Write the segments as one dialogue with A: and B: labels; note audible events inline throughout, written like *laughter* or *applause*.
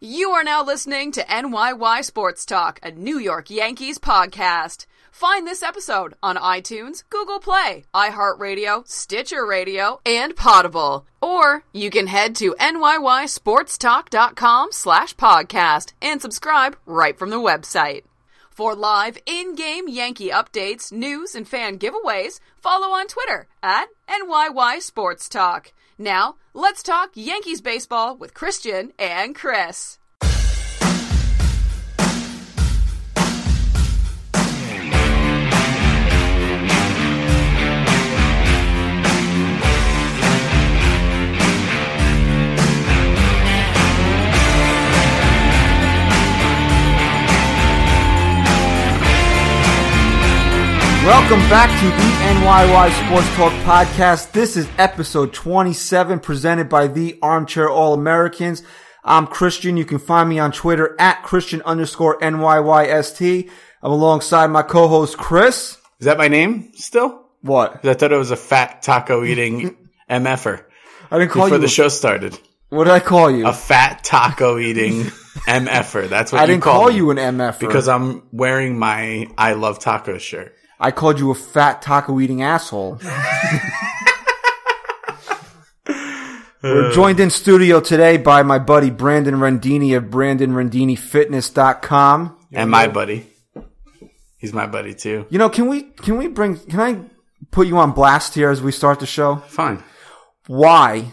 A: You are now listening to NYY Sports Talk, a New York Yankees podcast. Find this episode on iTunes, Google Play, iHeartRadio, Stitcher Radio, and Podable. Or you can head to nysportstalk.com slash podcast and subscribe right from the website. For live in-game Yankee updates, news, and fan giveaways, follow on Twitter at NYY Sports Talk. Now, let's talk Yankees baseball with Christian and Chris.
B: Welcome back to the NYY Sports Talk Podcast. This is episode 27 presented by the Armchair All Americans. I'm Christian. You can find me on Twitter at Christian underscore NYYST. I'm alongside my co-host Chris.
C: Is that my name still? 'Cause
B: What?
C: I thought it was a fat taco eating *laughs* mf'er
B: I didn't call
C: before
B: you.
C: the show started.
B: what did I call you?
C: A fat taco
B: *laughs*
C: eating mf'er. That's what
B: I
C: you
B: didn't
C: call,
B: call
C: me.
B: you an er. MF
C: because I'm wearing my I love tacos shirt.
B: I called you a fat taco eating asshole. We're joined in studio today by my buddy Brandon Rendini of BrandonRendiniFitness.com.
C: and my buddy, he's my buddy too.
B: You know, can we can we bring can I put you on blast here as we start the show?
C: Fine.
B: Why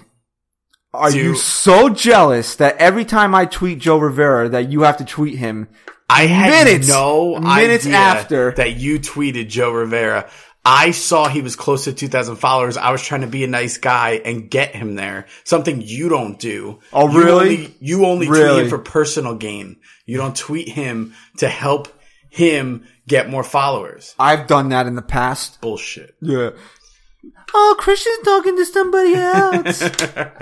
B: are
C: Do-
B: you so jealous that every time I tweet Joe Rivera that you have to tweet him?
C: I had
B: Minutes-
C: no
B: minutes
C: idea
B: after.
C: that you tweeted Joe Rivera. I saw he was close to 2,000 followers. I was trying to be a nice guy and get him there. Something you don't do.
B: Oh,
C: You
B: really?
C: only- You only,
B: Really?
C: tweet him for personal gain. You don't tweet him to help him get more followers.
B: I've done that in the past.
C: Bullshit.
B: Yeah. Oh, Christian's talking to somebody else.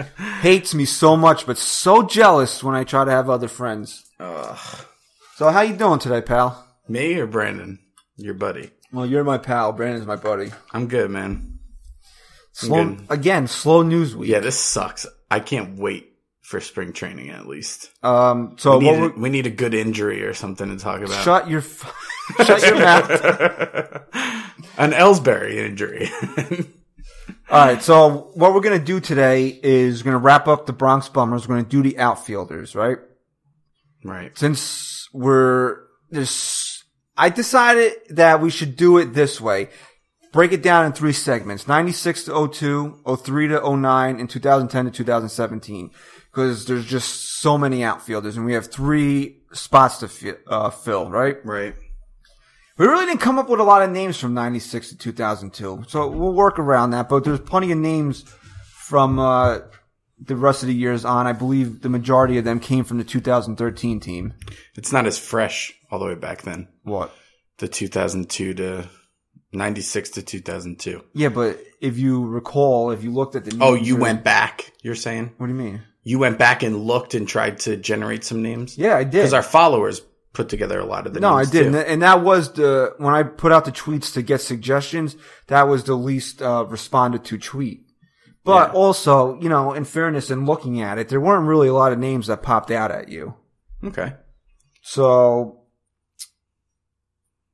B: *laughs* Hates me so much, but so jealous when I try to have other friends. So how you doing today, pal?
C: Me or Brandon? Your buddy.
B: Well, you're my pal. Brandon's my buddy.
C: I'm good, man.
B: Slow,
C: good.
B: again, slow news week.
C: Yeah, this sucks. I can't wait for spring training at least.
B: Um. So
C: We
B: what
C: need, a,
B: we're,
C: we need a good injury or something to talk about.
B: shut your f- *laughs* shut your *laughs* mouth.
C: an Ellsbury injury. *laughs*
B: All right. So what we're gonna do today is we're gonna wrap up the Bronx Bombers. We're gonna do the outfielders, right?
C: right.
B: Since we're there's, I decided that we should do it this way. Break it down in three segments: 96 to 02, 03 to 09, and 2010 to 2017. Because there's just so many outfielders, and we have three spots to fi- uh, fill, right?
C: Right.
B: We really didn't come up with a lot of names from 96 to 2002. So we'll work around that, but there's plenty of names from uh, the rest of the years on. I believe the majority of them came from the 2013 team.
C: It's not as fresh all the way back then.
B: What?
C: The 2002 to 96 to 2002.
B: Yeah, but if you recall, if you looked at the
C: Oh,
B: names
C: you
B: for-
C: went back, you're saying?
B: What do you mean?
C: You went back and looked and tried to generate some names?
B: Yeah, I did.
C: Because our followers put together a lot of the
B: no, I
C: names.
B: did,
C: too.
B: and th- and that was the when I put out the tweets to get suggestions. That was the least uh, responded to tweet. But
C: Yeah.
B: also, you know, in fairness, in looking at it, there weren't really a lot of names that popped out at you.
C: Okay.
B: So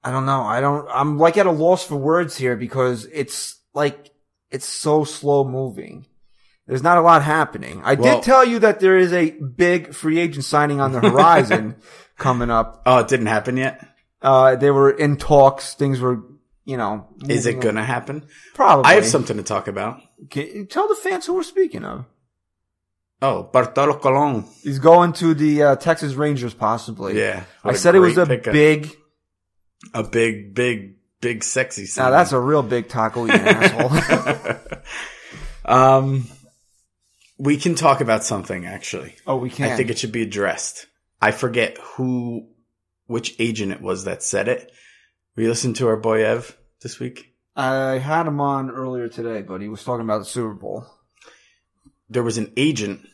B: I don't know. I don't I'm like at a loss for words here because it's like it's so slow moving. There's not a lot happening. I
C: Well-
B: did tell you that there is a big free agent signing on the
C: *laughs*
B: horizon coming up.
C: Oh, it didn't happen yet?
B: Uh they were in talks, things were, you know,
C: Is it
B: moving-
C: going to happen?
B: Probably.
C: I have something to talk about.
B: Can- tell the fans who we're speaking of.
C: Oh, Bartolo Colon.
B: He's going to the uh, Texas Rangers possibly.
C: Yeah.
B: I
C: What
B: said it was a
C: great pickup.
B: big
C: a big, big, big sexy
B: Now
C: sign.
B: that's a real big
C: *laughs*
B: taco eating asshole. *laughs*
C: um, we can talk about something actually.
B: Oh, we can.
C: I think it should be addressed. I forget who, which agent it was that said it. We listened to our boy Ev this week.
B: I had him on earlier today, but he was talking about the Super Bowl.
C: There was an agent,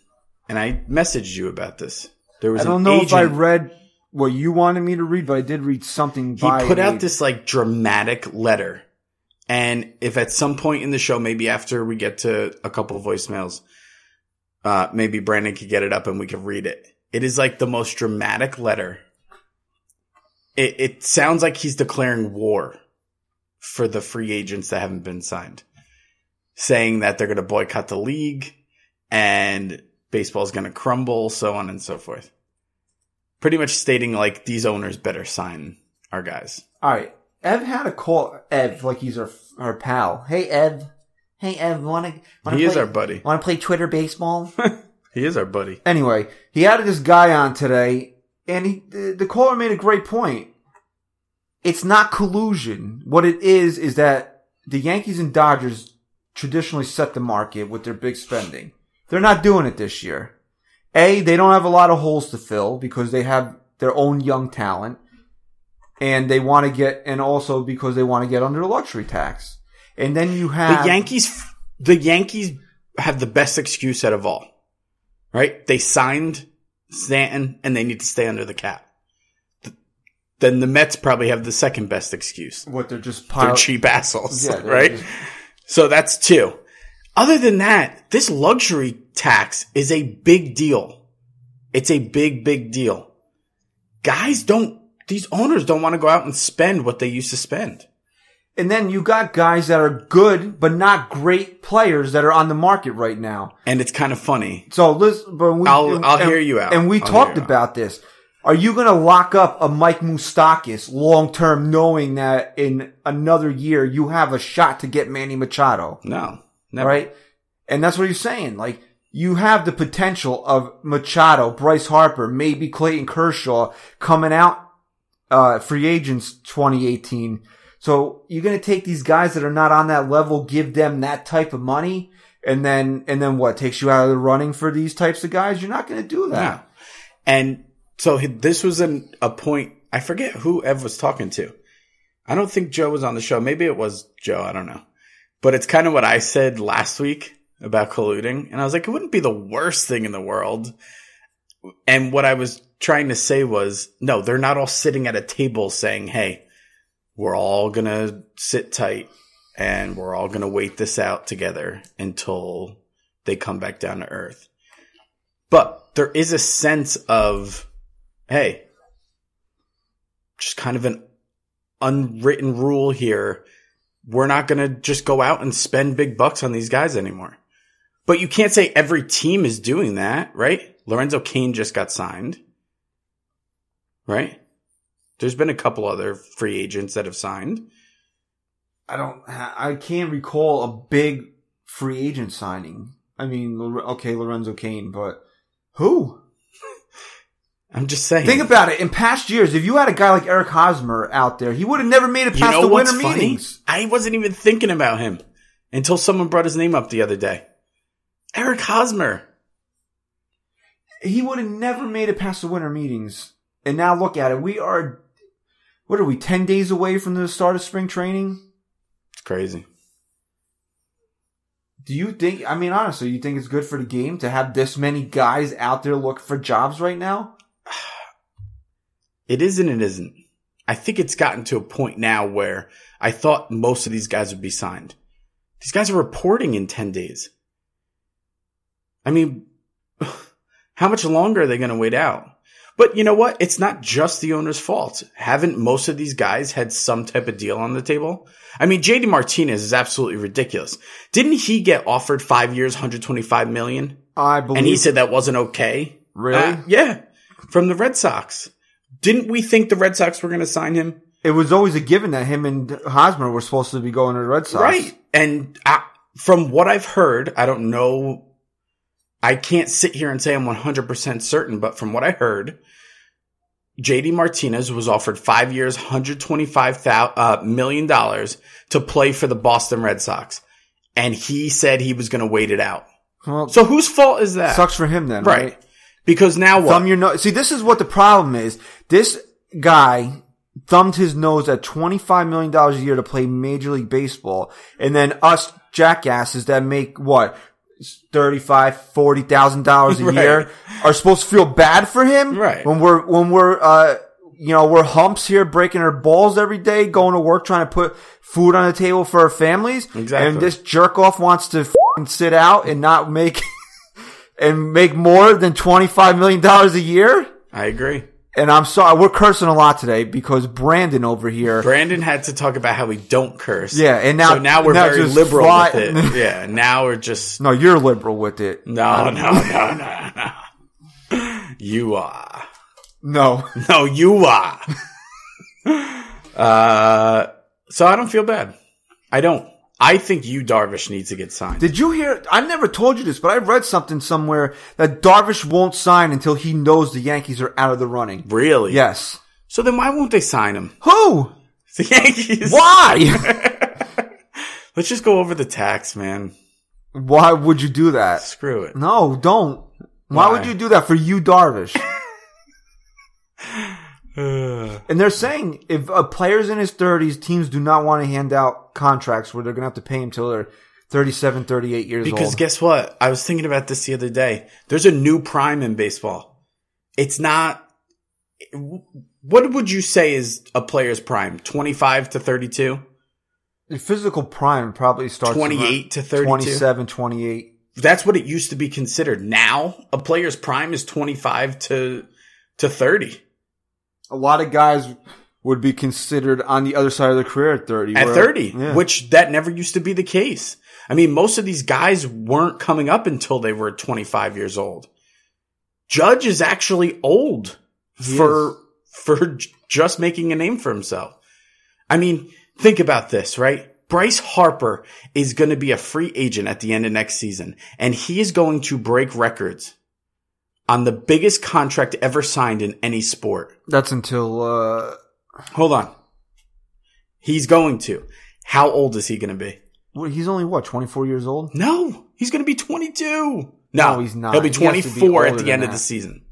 C: and I messaged you about this. There was
B: I don't
C: an
B: know
C: agent.
B: if I read what you wanted me to read, but I did read something.
C: he
B: by
C: put
B: an
C: out
B: agent.
C: this like dramatic letter. And if at some point in the show, maybe after we get to a couple of voicemails, uh, maybe Brandon could get it up and we could read it. It is like the most dramatic letter. It, it sounds like he's declaring war for the free agents that haven't been signed, saying that they're going to boycott the league and baseball's going to crumble, so on and so forth. Pretty much stating like these owners better sign our guys.
B: All right. Ev had a call. Ev, like he's our our pal. Hey, Ev. Hey, Ev. Want to?
C: He is our buddy.
B: Want to play Twitter baseball?
C: He is our buddy.
B: anyway, he added this guy on today, and he, the, the caller made a great point. It's not collusion. What it is is that the Yankees and Dodgers traditionally set the market with their big spending. They're not doing it this year. A, they don't have a lot of holes to fill because they have their own young talent and they want to get, and also because they want to get under the luxury tax. And then you
C: The
B: have
C: Yankees, the Yankees have the best excuse out of all, right? They signed Stanton and they need to stay under the cap. Th- Then the Mets probably have the second best excuse.
B: what they're just
C: They're
B: piling.
C: cheap assholes,
B: Yeah, they're
C: right?
B: just-
C: So that's two. Other than that, this luxury tax is a big deal. It's a big, big deal. Guys don't, these owners don't want to go out and spend what they used to spend.
B: And then you got guys that are good but not great players that are on the market right now.
C: And it's kind of funny.
B: So listen, but we,
C: I'll- I'll
B: and-
C: hear you out.
B: And we
C: I'll
B: talked
C: hear you
B: about this. Are you going to lock up a Mike Moustakis long term, knowing that in another year you have a shot to get Manny Machado,
C: No, never.
B: right? And that's what he's saying. Like you have the potential of Machado, Bryce Harper, maybe Clayton Kershaw coming out uh, free agents 2018. So you're going to take these guys that are not on that level, give them that type of money, and then and then what takes you out of the running for these types of guys? You're not going to do
C: Yeah.
B: that.
C: And so he- this was an, a point. I forget who Ev was talking to. I don't think Joe was on the show. Maybe it was Joe. I don't know. But it's kind of what I said last week about colluding. And I was like, it wouldn't be the worst thing in the world. And what I was trying to say was, no, they're not all sitting at a table saying, hey, we're all going to sit tight and we're all going to wait this out together until they come back down to earth. But there is a sense of, hey, just kind of an unwritten rule here. We're not going to just go out and spend big bucks on these guys anymore. But you can't say every team is doing that, right? Lorenzo Kane just got signed, right? There's been a couple other free agents that have signed.
B: I don't. I can't recall a big free agent signing. I mean, Lore- okay, Lorenzo Kane, but who?
C: I'm just saying.
B: Think about it. In past years, if you had a guy like Eric Hosmer out there, he would have never made it past
C: you know
B: the
C: what's
B: winter
C: funny?
B: meetings.
C: I wasn't even thinking about him until someone brought his name up the other day. Eric Hosmer.
B: he would have never made it past the winter meetings. And now look at it. We are, what are we, 10 days away from the start of spring training?
C: It's crazy.
B: Do you think, I mean, honestly, you think it's good for the game to have this many guys out there looking for jobs right now?
C: It is and it isn't. I think it's gotten to a point now where I thought most of these guys would be signed. These guys are reporting in 10 days. I mean, *sighs* how much longer are they going to wait out? But you know what? It's not just the owner's fault. Haven't most of these guys had some type of deal on the table? I mean, JD Martinez is absolutely ridiculous. Didn't he get offered five years, 125 million?
B: I believe.
C: And he said that wasn't okay.
B: Really?
C: Uh, yeah. From the Red Sox. Didn't we think the Red Sox were going to sign him?
B: it was always a given that him and Hosmer were supposed to be going to the Red Sox.
C: Right. And I, from what I've heard, I don't know. I can't sit here and say I'm 100% certain, but from what I heard, JD Martinez was offered five years, $125 uh, million dollars to play for the Boston Red Sox. And he said he was going to wait it out.
B: Well,
C: So whose fault is that?
B: sucks for him then,
C: right.
B: right?
C: Because now what?
B: Thumb your nose. See, this is what the problem is. This guy thumbed his nose at $25 million a year to play Major League Baseball. And then us jackasses that make what? Thirty-five, forty thousand dollars a
C: *laughs* Right.
B: year are supposed to feel bad for him,
C: Right.
B: When we're when we're uh, you know we're humps here, breaking our balls every day, going to work, trying to put food on the table for our families,
C: Exactly.
B: And this jerk off wants to f sit out and not make *laughs* and make more than $25 million a year?
C: I agree.
B: And I'm sorry, we're cursing a lot today because Brandon over here.
C: Brandon had to talk about how we don't curse.
B: Yeah, and now-
C: so now we're
B: now
C: very
B: just
C: liberal
B: fly- *laughs*
C: with it. Yeah, now we're just
B: no, you're liberal with it.
C: no, no, no, no, no. You are
B: No.
C: no, you are. *laughs* uh, so I don't feel bad. I don't. I think you Darvish needs to get
B: *laughs*
C: signed.
B: Did you hear? I never told you this, but I read something somewhere that Darvish won't sign until he knows the Yankees are out of the running.
C: really?
B: Yes.
C: So then why won't they sign him? *laughs*
B: Who?
C: The Yankees.
B: Why?
C: Let's just go over the tax, man.
B: *laughs* Why would you do that?
C: Screw *sighs* it.
B: No, *sighs* don't. Why,
C: Why?
B: would you do that for you, Darvish?
C: Uh,
B: and they're saying if a player's in his 30s, teams do not want to hand out contracts where they're going to have to pay him till they're 37, 38 years
C: because
B: old.
C: guess what? I was thinking about this the other day. There's a new prime in baseball. It's not. What would you say is a player's prime? 25 to 32?
B: The physical prime probably starts
C: 28 to 32?
B: 27, 28.
C: That's what it used to be considered. Now, a player's prime is 25 to to 30.
B: A lot of guys would be considered on the other side of their career at 30.
C: at
B: where-
C: 30,
B: yeah.
C: which that never used to be the case. I mean, most of these guys weren't coming up until they were 25 years old. Judge is actually old
B: He
C: for
B: is.
C: for j- just making a name for himself. I mean, think about this, right? Bryce Harper is going to be a free agent at the end of next season, and he is going to break records on the biggest contract ever signed in any sport.
B: That's until, uh,
C: Hold on. He's going to. How old is he going to be?
B: what- he's only what, 24 years old?
C: No, he's going to be 22. No,
B: No, he's not.
C: He'll be
B: He has to be
C: 24 at
B: older
C: the end
B: than
C: of
B: that.
C: the season.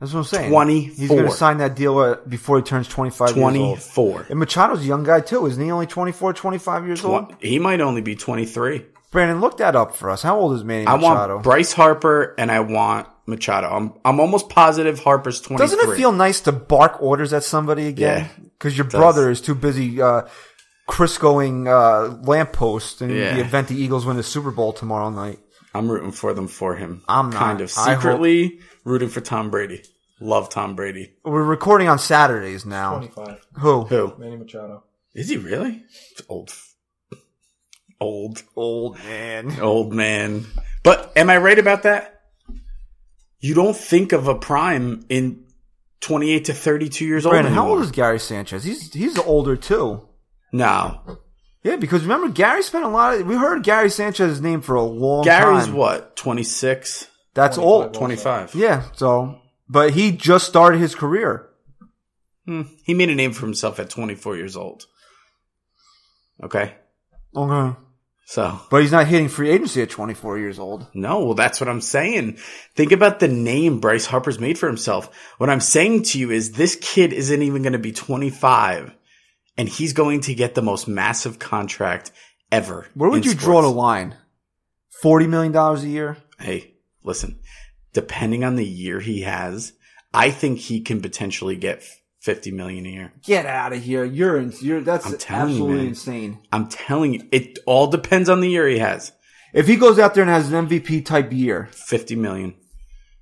B: That's what I'm saying.
C: 24.
B: He's going to sign that deal uh, before he turns 25 years old.
C: 24.
B: And Machado's a young guy too, isn't he? Only 24, 25 years old.
C: Tw- He might only be 23.
B: Brandon, look that up for us. How old is Manny
C: I
B: Machado?
C: want Bryce Harper and I want Machado. I'm I'm almost positive Harper's 23.
B: Doesn't it feel nice to bark orders at somebody again?
C: Yeah.
B: Because your brother is too busy uh, Criscoing uh, lampposts in
C: Yeah.
B: the event the Eagles win the Super Bowl tomorrow night.
C: I'm rooting for them for him.
B: I'm not.
C: kind of
B: I hope-
C: secretly rooting for Tom Brady. Love Tom Brady.
B: We're recording on Saturdays now.
D: 25.
B: Who?
C: Who?
D: Manny Machado.
C: Is he really? Old old
B: Old man.
C: old man. But am I right about that? You don't think of a prime in 28 to 32 years old.
B: Brandon, how
C: anymore.
B: old is Gary Sanchez? He's he's older too.
C: No.
B: Yeah, because remember Gary spent a lot of. We heard Gary Sanchez's name for a long
C: Gary's
B: time.
C: what? 26,
B: That's old.
C: 25.
B: Yeah, so but he just started his career.
C: Hmm. He made a name for himself at 24 years old. Okay.
B: Okay.
C: So,
B: But he's not hitting free agency at 24 years old.
C: no, well, that's what I'm saying. Think about the name Bryce Harper's made for himself. What I'm saying to you is this kid isn't even going to be 25 and he's going to get the most massive contract ever.
B: Where would
C: in
B: you draw
C: sports.
B: the line? $40 million a year?
C: hey, listen, depending on the year he has, I think he can potentially get f- 50 million a year.
B: Get out of here. You're, in, you're that's
C: I'm telling you,
B: absolutely
C: man.
B: insane.
C: I'm telling you, it all depends on the year he has.
B: If he goes out there and has an MVP type year,
C: 50 million.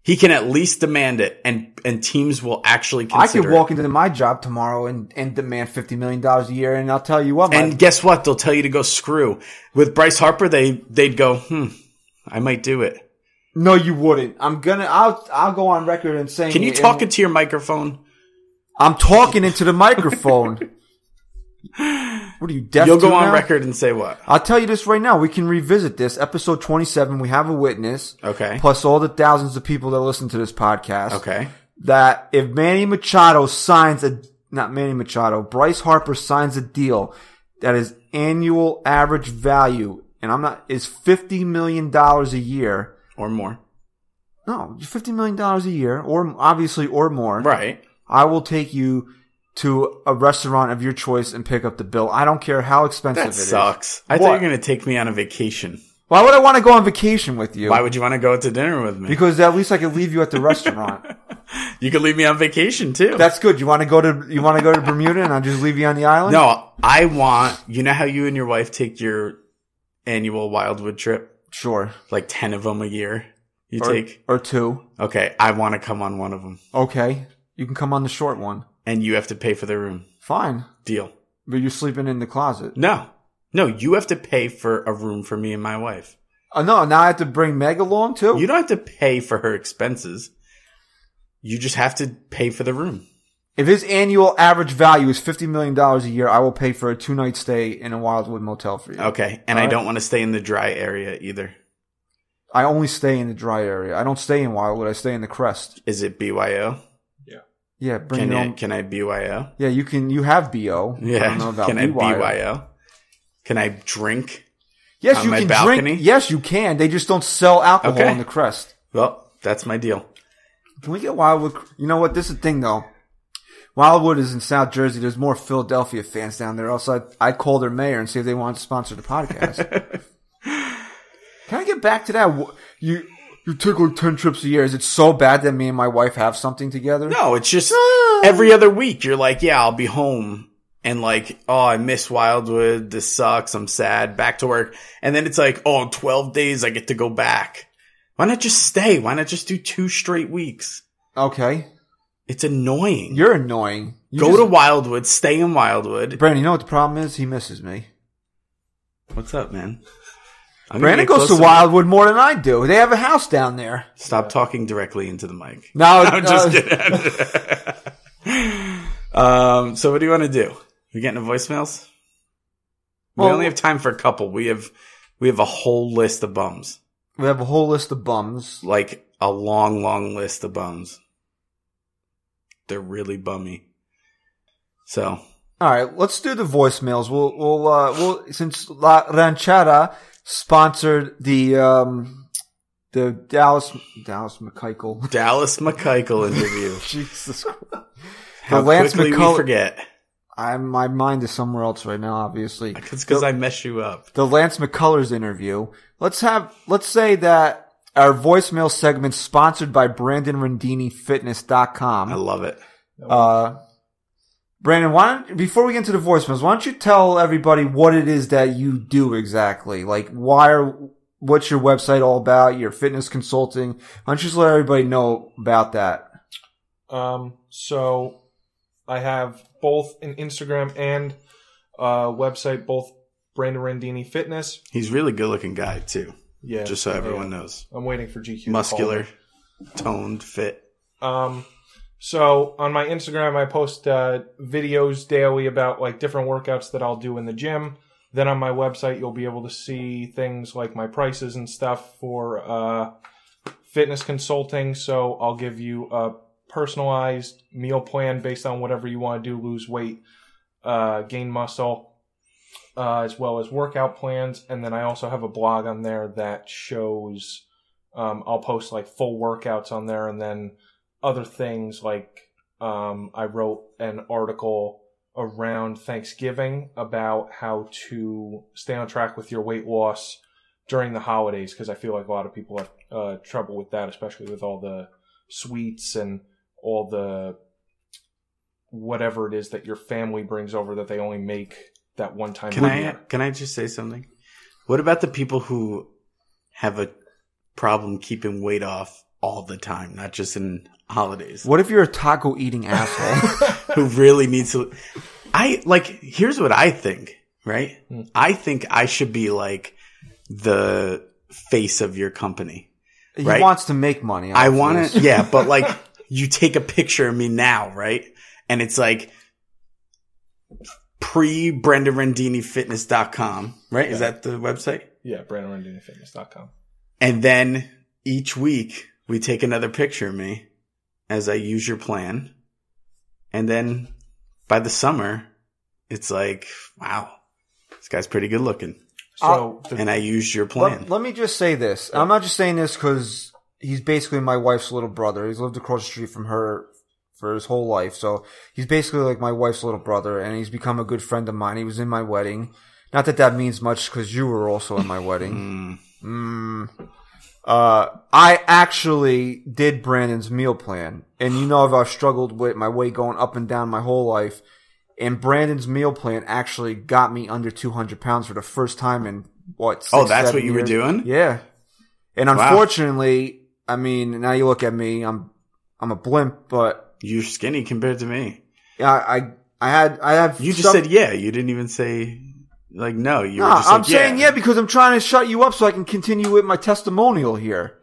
C: He can at least demand it and, and teams will actually
B: I could
C: consider
B: walk
C: it.
B: into my job tomorrow and, and demand $50 million a year, and I'll tell you what, my,
C: And guess what? They'll tell you to go screw. With Bryce Harper, they, they'd go, hmm, I might do it.
B: no, you wouldn't. I'm gonna, I'll, I'll go on record and saying,
C: Can you
B: it,
C: talk
B: and-
C: into your microphone?
B: I'm talking into the
C: *laughs*
B: microphone. what are you, deaf
C: You'll
B: to
C: go on
B: now?
C: record and say what?
B: I'll tell you this right now. We can revisit this episode 27. We have a witness.
C: Okay.
B: Plus all the thousands of people that listen to this podcast.
C: Okay.
B: That if Manny Machado signs a, not Manny Machado, Bryce Harper signs a deal that his annual average value, and I'm not, is $50 million a year.
C: Or more.
B: No, $50 million a year or obviously or more.
C: Right.
B: I will take you to a restaurant of your choice and pick up the bill. I don't care how expensive it
C: That
B: is.
C: sucks. I
B: What?
C: thought you were going to take me on a vacation.
B: Why would I want to go on vacation with you?
C: Why would you want to go out to dinner with me?
B: Because at least I could leave you at the restaurant.
C: *laughs* you could leave me on vacation too.
B: That's good. You want to go to you want to go to Bermuda and I'll just leave you on the island.
C: no, I want. You know how you and your wife take your annual Wildwood trip,
B: sure.
C: like ten of them a year. You
B: or,
C: take.
B: or two.
C: Okay, I want to come on one of them,
B: Okay, you can come on the short one.
C: and you have to pay for the room.
B: Fine,
C: Deal.
B: but you're sleeping in the closet.
C: No, no, you have to pay for a room for me and my wife.
B: Oh no, now I have to bring Meg along too.
C: You don't have to pay for her expenses. You just have to pay for the room.
B: if his annual average value is fifty million dollars a year, I will pay for a two night stay in a Wildwood motel for you.
C: Okay, and I
B: All right.
C: don't want to stay in the dry area either.
B: I only stay in the dry area. I don't stay in Wildwood. I stay in the Crest.
C: Is it BYO?
B: Yeah, bring
C: Can
B: your
C: I,
B: own.
C: can I BYO?
B: Yeah, you can. You have bo. I
C: Yeah. *laughs*
B: don't know about
C: can I
B: BYO.
C: BYO? Can I drink?
B: Yes,
C: On
B: you
C: my
B: can
C: balcony?
B: drink. Yes, you can. They just don't sell alcohol
C: Okay.
B: in the Crest.
C: Well, that's my deal.
B: Can we get Wildwood? You know what? This is the thing though. Wildwood is in South Jersey. There's more Philadelphia fans down there. Else, I'd, I'd call their mayor and see if they want to sponsor the
C: *laughs*
B: podcast. Can I get back to that? Wh- You you took like ten trips a year. Is it so bad that me and my wife have something together?
C: No, it's just every other week you're like, yeah, I'll be home. And like, oh, I miss Wildwood. This sucks. I'm sad. Back to work. And then it's like, oh, 12 days I get to go back. Why not just stay? Why not just do two straight weeks?
B: *laughs* Okay,
C: It's annoying.
B: you're annoying. You
C: go
B: just-
C: to Wildwood, stay in
B: *laughs*
C: Wildwood.
B: Brandon. You know what the problem is? He misses me.
C: What's up, man? I'm gonna
B: Brandon
C: get
B: goes to
C: close
B: Wildwood more than I do. They have a house down there. uh,
C: Stop talking directly into the mic.
B: No,
C: *laughs* I'm just kidding. *laughs* um, so what do you want to do? We getting to voicemails? we
B: Well-
C: only have time for a couple. We have we have a whole list of bums.
B: We have a whole list of bums.
C: Like a long, long list of bums. They're really bummy. So
B: All right, let's do the voicemails. We'll we'll uh, we'll since La Ranchera sponsored the um the Dallas Dallas McKeichel. *laughs*
C: Dallas McKeichel interview.
B: Jesus, Christ.
C: How
B: Lance
C: quickly we
B: McCull-
C: forget.
B: I my mind is somewhere else right now. Obviously,
C: It's because I mess you up.
B: the Lance McCullers interview. Let's have let's say that our voicemail segment sponsored by Brandon Rendini
C: I
B: Fitness.com.
C: love it.
B: Uh, Brandon, why don't, before we get into the voicemails, why don't you tell everybody what it is that you do exactly? Like, why are, what's your website all about? Your fitness consulting? Why don't you just let everybody know about that?
E: Um, so I have both an Instagram and uh, website, both Brandon Randini Fitness.
C: He's really good looking guy too.
E: Yeah,
C: Just so
E: yeah.
C: everyone knows.
E: I'm waiting for GQ. to call
C: Muscular,
E: me.
C: toned, fit.
E: Um, so on my Instagram, I post uh, videos daily about like different workouts that I'll do in the gym. Then on my website, you'll be able to see things like my prices and stuff for uh, fitness consulting. So I'll give you a personalized meal plan based on whatever you want to do, lose weight, uh, gain muscle, uh, as well as workout plans. And then I also have a blog on there that shows. Um, I'll post like full workouts on there, and then other things like um, I wrote an article around Thanksgiving about how to stay on track with your weight loss during the holidays because I feel like a lot of people have uh, trouble with that, especially with all the sweets and all the whatever it is that your family brings over that they only make that one time.
C: Can
E: a
C: I
E: year.
C: can I just say something? What about the people who have a problem keeping weight off all the time, not just in holidays?
B: What if you're a taco eating asshole?
C: Who really needs to? I like. Here's what I think. Right?
E: Hmm.
C: I think I should be like the face of your company.
B: he
C: Right.
B: wants to make money.
C: I
B: off
C: want
B: this.
C: to, yeah, but like you take a picture of me now, right? And it's like pre brendarandinifitness.com, right? Is that the website?
E: Yeah, BrandonRandiniFitness.com.
C: And then each week we take another picture of me as I use your plan. And then by the summer, it's like, wow, this guy's pretty good looking.
E: So
B: Uh,
E: the,
C: And I used your plan.
B: Let, let me just say this. I'm not just saying this because he's basically my wife's little brother. He's lived across the street from her for his whole life. So he's basically like my wife's little brother, and he's become a good friend of mine. He was in my wedding. Not that that means much because you were also in my wedding.
C: Mm.
B: Mm. Uh, I actually did Brandon's meal plan, and you know I've struggled with my weight going up and down my whole life. And Brandon's meal plan actually got me under 200 pounds for the first time in what? Six,
C: Oh, that's
B: seven
C: what you were
B: years.
C: doing?
B: Yeah. And
C: Wow.
B: unfortunately, I mean, now you look at me, I'm I'm a blimp, but
C: You're skinny compared to me.
B: I I, I had I have
C: You just
B: some-
C: said yeah. You didn't even say like no. You were
B: Nah,
C: just
B: I'm
C: like,
B: saying yeah because I'm trying to shut you up so I can continue with my testimonial here.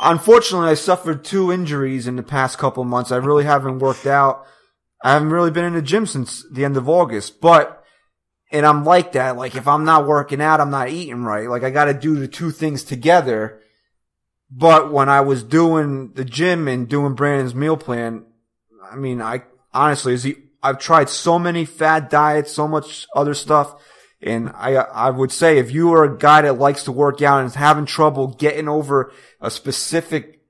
B: Unfortunately, I suffered two injuries in the past couple months. I really haven't worked out. I haven't really been in the gym since the end of August, but and I'm like that. Like if I'm not working out, I'm not eating right. Like I got to do the two things together. But when I was doing the gym and doing Brandon's meal plan, I mean, I honestly, is the I've tried so many fad diets, so much other stuff, and I I would say if you are a guy that likes to work out and is having trouble getting over a specific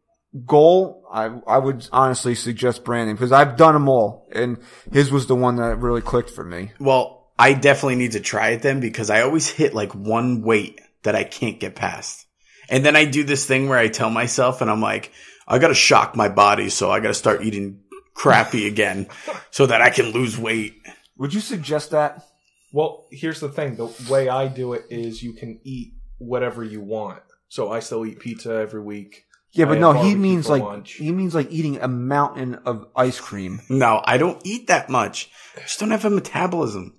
B: goal, I I would honestly suggest Brandon because I've done them all, and his was the one that really clicked for me.
C: Well, I definitely need to try it then because I always hit like one weight that I can't get past. And then I do this thing where I tell myself and I'm like, I gotta shock my body, so I gotta start eating crappy again so that I can lose weight.
B: Would you suggest that?
E: Well, here's the thing. The way I do it is you can eat whatever you want. So I still eat pizza every week.
B: Yeah, but
E: I
B: no,
E: had
B: he
E: barbecue
B: means
E: for
B: like
E: lunch. Oh,
B: he means like eating a mountain of ice cream.
C: No, I don't eat that much. I just don't have a metabolism.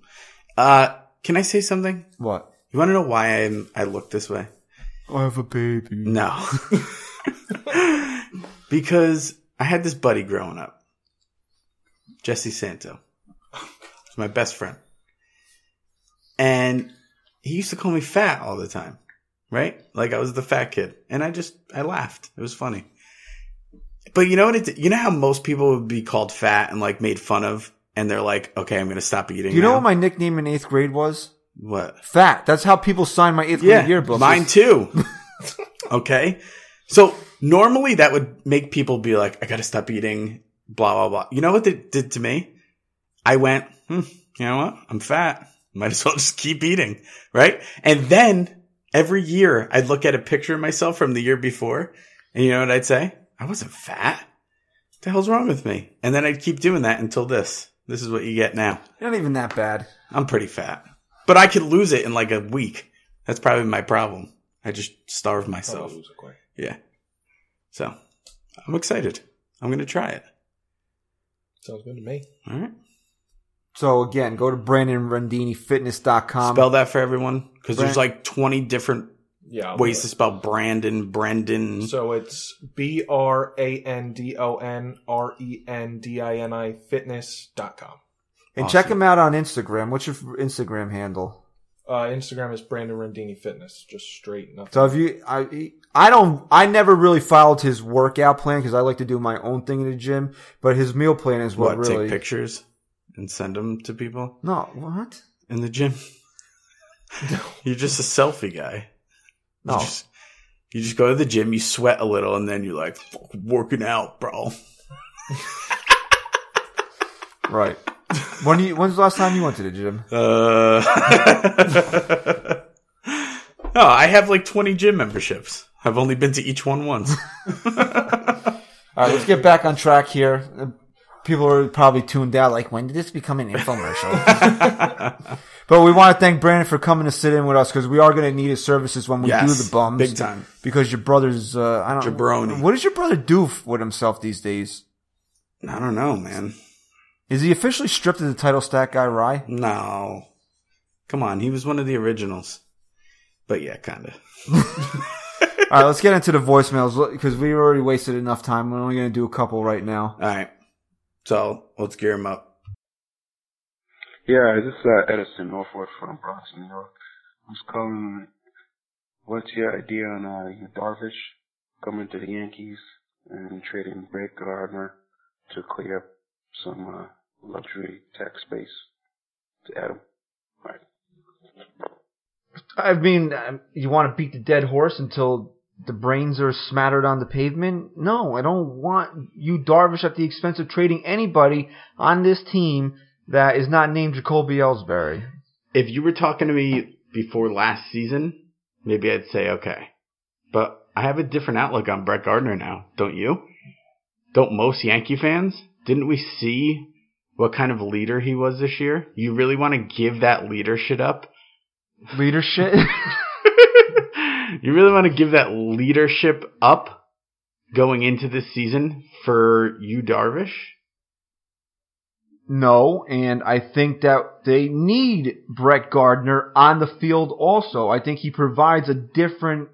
C: Uh, can I say something?
B: What?
C: You wanna know why I'm, I look this way?
B: I have a baby.
C: No. because I had this buddy growing up, Jesse Santo. He's my best friend. And he used to call me fat all the time, right? Like I was the fat kid. And I just, I laughed. It was funny. But you know what it did? You know how most people would be called fat and like made fun of? And they're like, okay, I'm going to stop eating.
B: Do you know
C: now.
B: what my nickname in eighth grade was?
C: What?
B: Fat. That's how people sign my eighth grade yearbook.
C: Mine too. *laughs* okay. So normally that would make people be like, I gotta stop eating, blah, blah, blah. You know what that did to me? I went, hmm, you know what? I'm fat. Might as well *laughs* just keep eating. Right. And then every year I'd look at a picture of myself from the year before. And you know what I'd say? I wasn't fat. What the hell's wrong with me? And then I'd keep doing that until this. This is what you get now.
B: Not even that bad.
C: I'm pretty fat, but I could lose it in like a week. That's probably my problem. I just starve myself.
E: Probably lose it quick.
C: Yeah. So I'm excited. I'm going to try it.
E: Sounds good to me.
C: All right.
B: So again, go to BrandonRendiniFitness.com.
C: spell that for everyone because
B: Bran-
C: there's like 20 different
E: Oh, Yeah. I'll do
C: ways
E: it.
C: to spell Brandon, Brendan.
E: So it's B R A N D O N R E N D I N I fitness.com.
B: and check
C: Awesome.
B: him out on Instagram. What's your Instagram handle?
E: Uh, Instagram is Brandon Rendini Fitness. Just straight nothing.
B: So if you, I, he- I don't, I never really followed his workout plan because I like to do my own thing in the gym. But his meal plan is what,
C: what,
B: really.
C: take pictures and send them to people
B: No, what?
C: in
B: *laughs*
C: the gym? *laughs* You're just a selfie guy.
B: No,
C: You just, you just go to the gym, you sweat a little, and then you're like, "Fuck, working out, bro.
B: right. When do you, when's the last time you went to the gym?
C: Uh, *laughs* no, I have like 20 gym memberships. I've only been to each one once.
B: All right, let's get back on track here. Uh, People are probably tuned out. Like, when did this become an infomercial?
C: *laughs*
B: but we want to thank Brandon for coming to sit in with us because we are going to need his services when *laughs* we
C: Yes,
B: do the bums,
C: big time.
B: Because your brother's, uh, I don't.
C: Jabroni.
B: What does your brother do f- with himself these days?
C: I don't know, man.
B: Is he officially stripped of the title stack guy Rye?
C: No. Come on, he was one of the originals. But yeah, kinda.
B: All right, let's get into the voicemails because we already wasted enough time. We're only going to do a couple right now.
C: Alright. So, let's gear him up.
F: Yeah, this is uh, Edison Northwood from Bronx, New York. I'm just calling. What's your idea on uh, Darvish coming to the Yankees and trading Brett Gardner to clear up some uh, luxury tax space to Adam? All right.
B: I mean, um, you want to beat the dead horse until the brains are smattered on the pavement? No, I don't want you, Darvish, at the expense of trading anybody on this team that is not named Jacoby Ellsbury.
C: If you were talking to me before last season, maybe I'd say okay. But I have a different outlook on Brett Gardner now, don't you? Don't most Yankee fans? Didn't we see what kind of leader he was this year? You really want to give that leader shit up *laughs*
B: Leadership?
C: you really want to give that leadership up going into this season for you, Darvish?
B: *laughs* No, and I think that they need Brett Gardner on the field also. I think he provides a different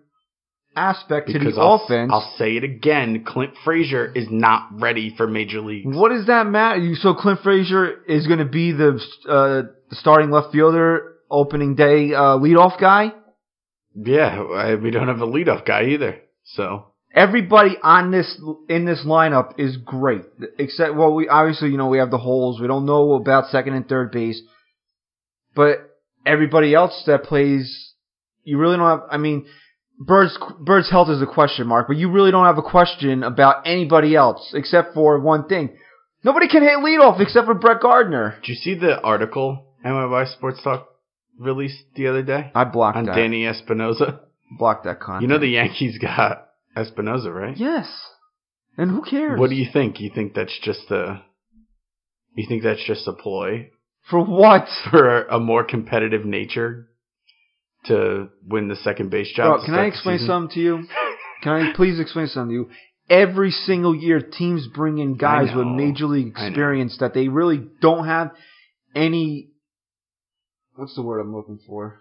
B: aspect to the
C: I'll,
B: offense.
C: I'll say it again. Clint Frazier is not ready for major league.
B: What does that matter? You- So Clint Frazier is going to be the uh, starting left fielder, opening day uh, leadoff guy.
C: Yeah, I, we don't have a leadoff guy either. So
B: Everybody on this in this lineup is great, except well, we obviously you know we have the holes. We don't know about second and third base, but everybody else that plays, you really don't have. I mean, Bird's Bird's health is a question mark, but you really don't have a question about anybody else except for one thing. Nobody can hit leadoff except for Brett Gardner.
C: did you see the article MLB Sports Talk released the other day
B: I blocked
C: on
B: that.
C: Danny Espinoza?
B: block that content.
C: You know the Yankees got Espinoza, right?
B: yes. And who cares?
C: What do you think? You think that's just a you think that's just a ploy
B: for what?
C: *laughs* for a more competitive nature to win the second base job?
B: Bro,
C: to
B: can
C: start
B: I
C: the
B: explain
C: season?
B: something to
C: *laughs*
B: you? Can I please explain something to you? Every single year, teams bring in guys with
C: know.
B: major league
C: I know.
B: experience that they really don't have any. What's the word I'm looking for?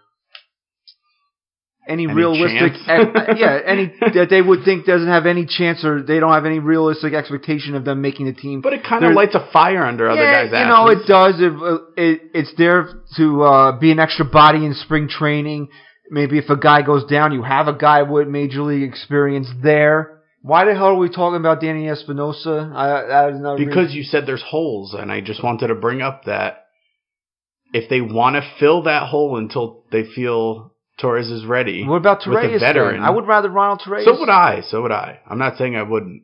B: Any,
C: Any
B: realistic,
C: chance? *laughs*
B: ex- yeah, any that they would think doesn't have any chance, or they don't have any realistic expectation of them making the team.
C: But it kind of
B: There-
C: lights a fire under other
B: Yeah,
C: guys'
B: You know,
C: asses.
B: it does. It, it, it's there to uh, be an extra body in spring training. Maybe if a guy goes down, you have a guy with major league experience there. Why the hell are we talking about Danny Espinosa? I, that is not
C: because you said there's holes, and I just wanted to bring up that if they want to fill that hole until they feel Torres is ready,
B: What about
C: with a
B: Torres?
C: veteran.
B: then? I would rather Ronald Torres.
C: so would I. So would I. I'm not saying I wouldn't,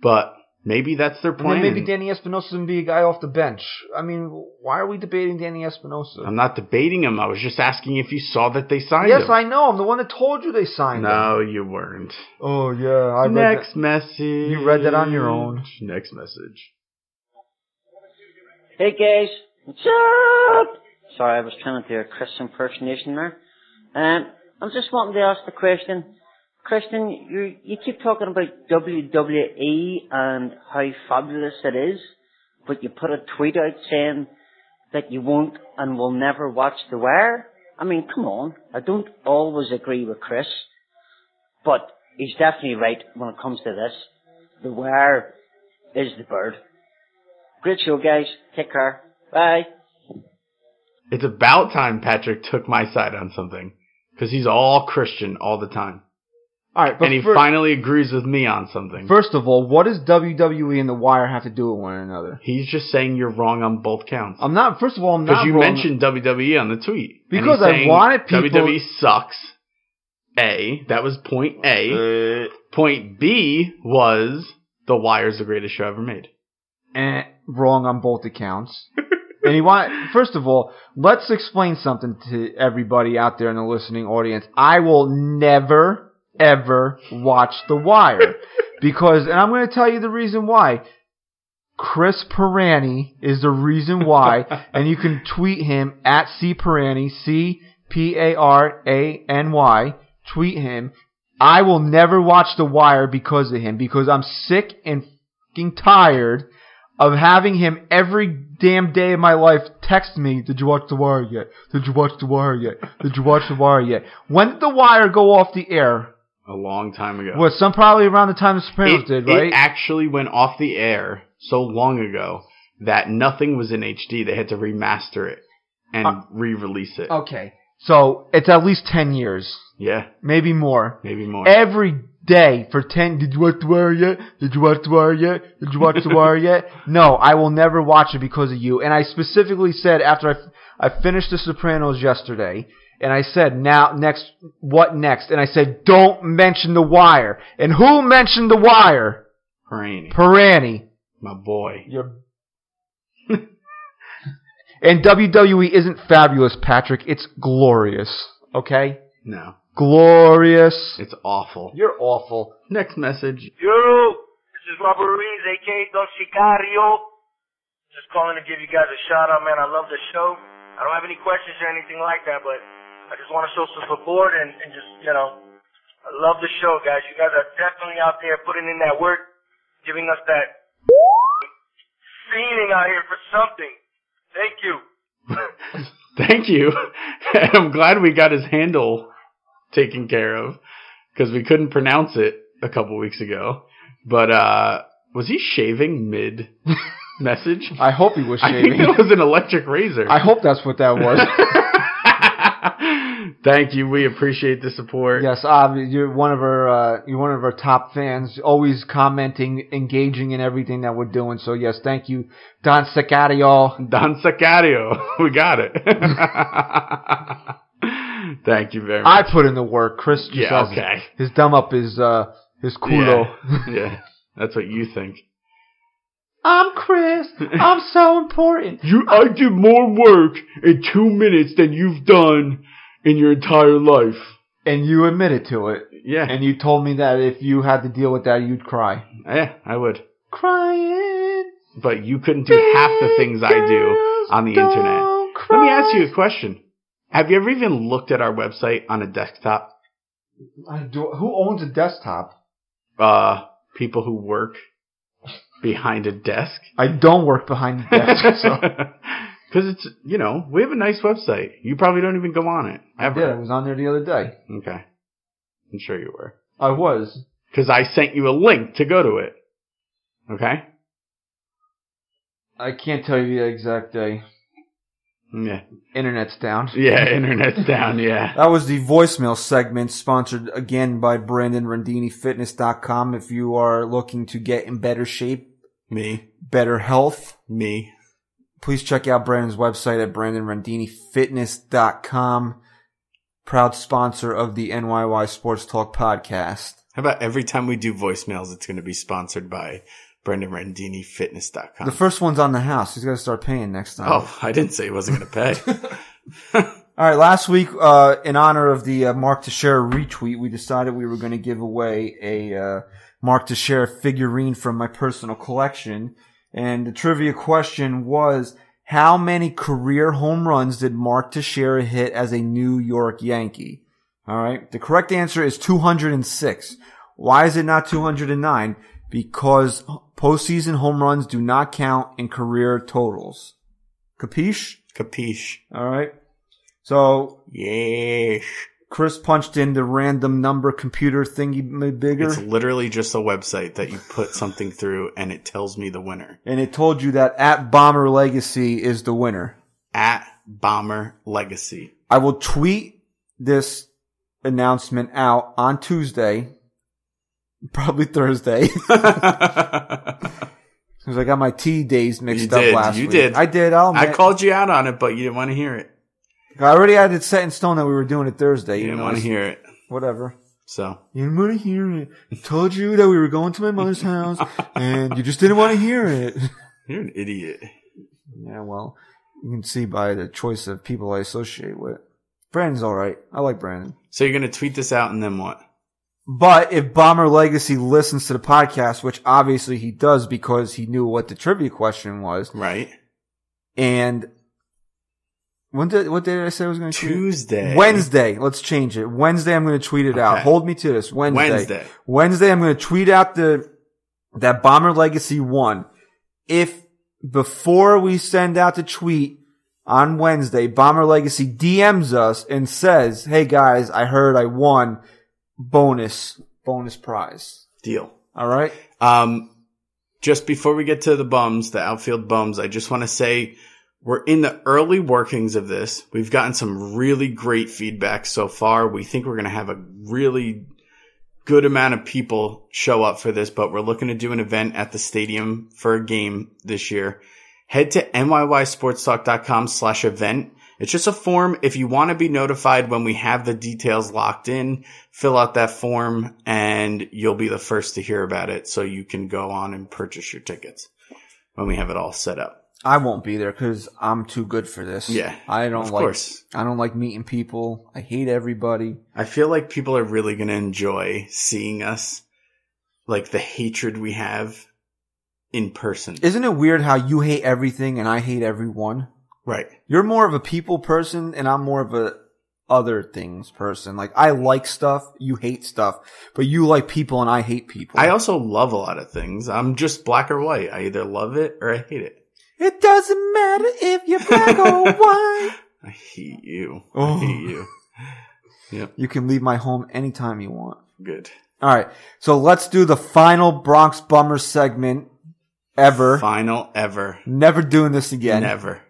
C: but maybe that's their
B: And then
C: plan.
B: maybe Danny Espinosa can be a guy off the bench. I mean, why are we debating Danny Espinosa?
C: I'm not debating him. I was just asking if you saw that they signed
B: yes,
C: him.
B: I know. I'm the one that told you they signed him.
C: No, you weren't.
B: Oh yeah, I read that.
C: Next message. You
B: read that on your own.
C: Next message.
G: Hey guys, what's up? Sorry, I was trying to do a Chris impersonation there. Um, I'm just wanting to ask the question. Christian, you you keep talking about WWE and how fabulous it is, but you put a tweet out saying that you won't and will never watch The Wire. I mean, come on. I don't always agree with Chris, but he's definitely right when it comes to this. The Wire is the bird. Great show, guys. Take care. Bye.
C: It's about time Patrick took my side on something because he's all Christian all the time.
B: All right, but
C: and he
B: fir-
C: finally agrees with me on something.
B: Mm-hmm. First of all, what does WWE and The Wire have to do with one another?
C: he's just saying you're wrong on both counts.
B: I'm not. First of all, I'm not.
C: Because you
B: wrong.
C: mentioned WWE on the tweet. And
B: Because
C: he's
B: I
C: saying
B: wanted people-
C: WWE sucks. A. That was point A. point B was The Wire's the greatest show ever made.
B: eh, wrong on both accounts. and you want. First of all, let's explain something to everybody out there in the listening audience. I will never ever watch The Wire because, and I'm going to tell you the reason why. Chris Pirani is the reason why, and you can tweet him at C Pirani, C P A R A N Y. Tweet him. I will never watch The Wire because of him, because I'm sick and fucking tired of having him every damn day of my life text me, Did you watch The Wire yet? Did you watch The Wire yet? Did you watch The Wire yet? When did The Wire go off the air?
C: A long time ago.
B: Well, some probably around the time The Sopranos
C: it,
B: did,
C: it
B: right?
C: actually went off the air so long ago that nothing was in HD. They had to remaster it and
B: Uh,
C: re-release it.
B: Okay. So it's at least 10 years,
C: yeah,
B: maybe more.
C: maybe more.
B: Every day for 10. Did you watch The Wire yet? Did you watch The Wire yet? Did you watch The Wire
H: *laughs*
B: yet? No, I will never watch it because of you. And I specifically said after I, f- I finished The Sopranos yesterday, and I said, now, next, what next? And I said, don't mention The Wire. And who mentioned The Wire?
C: Rainy,
B: Pirani.
C: my boy.
B: And WWE isn't fabulous, Patrick. It's glorious. Okay?
C: No,
B: Glorious.
C: it's awful.
B: You're awful.
C: Next
H: *laughs*
C: message.
I: Yo, this is Robert Ruiz, aka Don Sicario. Just calling to give you guys a shout out, man. I love the show. I don't have any questions or anything like that, but I just want to show some support and, and just, you know, I love the show, guys. You guys are definitely out there putting in that work, giving us that feeling out here for something. Thank you.
C: Thank you. *laughs* And I'm glad we got his handle taken care of because we couldn't pronounce it a couple weeks ago. But uh, was he shaving
H: *laughs*
C: mid message?
H: I hope he was
C: I think
B: *laughs*
H: shaving.
C: it was an electric razor.
H: I hope that's what that *laughs* was.
C: *laughs* Thank you. We appreciate the support.
H: Yes, obvi- you're one of our uh, you're one of our top fans. Always commenting, engaging in everything that we're doing. So yes, thank you, Don Secario.
C: Don Sacario. *laughs* We got
H: *laughs*
C: it. Thank you very
H: I
C: much.
H: put in the work. Chris just
C: yeah,
H: doesn't.
C: okay.
H: His dumb up is uh his culo.
C: Yeah. yeah, that's what you think.
H: I'm Chris.
C: *laughs*
H: I'm so important.
C: You, I did more work in two minutes than you've done in your entire life.
H: And you admitted to it.
C: Yeah,
H: And you told me that if you had to deal with that, you'd cry.
C: yeah, I would.
H: Crying.
C: But you couldn't do half the things I do on the internet. Let me ask you a question. Have you ever even looked at our website on a desktop?
H: I do, who owns a desktop?
C: Uh, people who work behind a desk?
H: I don't work behind
C: *laughs*
H: the desk. so.
C: Because it's, you know, we have a nice website. You probably don't even go on it
H: I did. I
C: ever.
H: was on there the other day.
C: Okay. I'm sure you were.
H: I was.
C: Because I sent you a link to go to it. Okay?
H: I can't tell you the exact day.
C: Yeah.
H: Internet's down.
C: Yeah, *laughs* internet's down. Yeah.
H: That was the voicemail segment sponsored again by BrandonRandiniFitness.com. If you are looking to get in better shape,
C: Me.
H: better health,
C: Me.
H: please check out Brandon's website at BrandonRandiniFitness.com. Proud sponsor of the NYY Sports Talk podcast.
C: How about every time we do voicemails, it's going to be sponsored by Brendan Rendini
H: The first one's on the house. He's got to start paying next time.
C: Oh, I didn't say he wasn't going to
H: *laughs*
C: pay.
H: All right. Last week, uh, in honor of the uh, Mark Teixeira retweet, we decided we were going to give away a uh, Mark Teixeira figurine from my personal collection. And the trivia question was, how many career home runs did Mark Teixeira hit as a New York Yankee? All right. The correct answer is 206. Why is it not 209? Because postseason home runs do not count in career totals. Capiche?
C: Capiche.
H: All right. So
C: Yeesh.
H: Chris punched in the random number computer thingy made bigger,
C: It's literally just a website that you put something through and it tells me the winner.
H: and it told you that at Bomber Legacy is the winner.
C: At Bomber
H: *laughs*
C: Legacy.
H: I will tweet this announcement out on Tuesday, probably Thursday, *laughs*
C: I
H: because I got my T days mixed
C: You
H: up
C: did,
H: last
C: you
H: week.
C: did.
H: I did. I'll admit-
C: called you out on it, but you didn't want to hear it.
H: I already had it set in stone that we were doing it Thursday.
C: You
H: even
C: didn't
H: though
C: want to
H: it's-
C: hear it.
H: Whatever.
C: So
H: You didn't want to hear it. Told you that we were going to my mother's house, and you just didn't want to hear it. *laughs*
C: you're an idiot.
H: Yeah, well, you can see by the choice of people I associate with. Brandon's all right. I like Brandon.
C: So you're going to tweet this out and then what?
H: But if Bomber Legacy listens to the podcast, which obviously he does because he knew what the trivia question was,
C: Right?
H: and when did what day did I say I was going to tweet? it?
C: Tuesday.
H: Wednesday. Let's change it. Wednesday, I'm going to tweet it out.
C: Okay.
H: Hold me to this. Wednesday.
C: Wednesday.
H: Wednesday, I'm going to tweet out the that Bomber Legacy won. If before we send out the tweet on Wednesday, Bomber Legacy DMs us and says, "Hey guys, I heard I won. Bonus, bonus prize.
C: Deal.
H: All right,
C: Um, just before we get to the bums, the outfield bums, I just want to say we're in the early workings of this. We've gotten some really great feedback so far. We think we're going to have a really good amount of people show up for this, but we're looking to do an event at the stadium for a game this year. Head to nyysportstalk.com slash event. It's just a form. If you want to be notified when we have the details locked in, fill out that form and you'll be the first to hear about it so you can go on and purchase your tickets when we have it all set up.
H: I won't be there because I'm too good for this.
C: Yeah.
H: I don't
C: Of
H: like.
C: course.
H: I don't like meeting people. I hate everybody.
C: I feel like people are really going to enjoy seeing us, like the hatred we have in person.
H: Isn't it weird how you hate everything and I hate everyone?
C: right.
H: You're more of a people person, and I'm more of a other things person. Like I like stuff, you hate stuff, but you like people and I hate people.
C: I also love a lot of things. I'm just black or white. I either love it or I hate it.
H: it doesn't matter if you're
C: *laughs*
H: black or white.
C: I hate you.
H: Oh.
C: I hate you.
H: You can leave my home anytime you want.
C: Good.
H: All right. So let's do the final Bronx Bummer segment ever.
C: Final ever.
H: Never doing this again.
C: Never.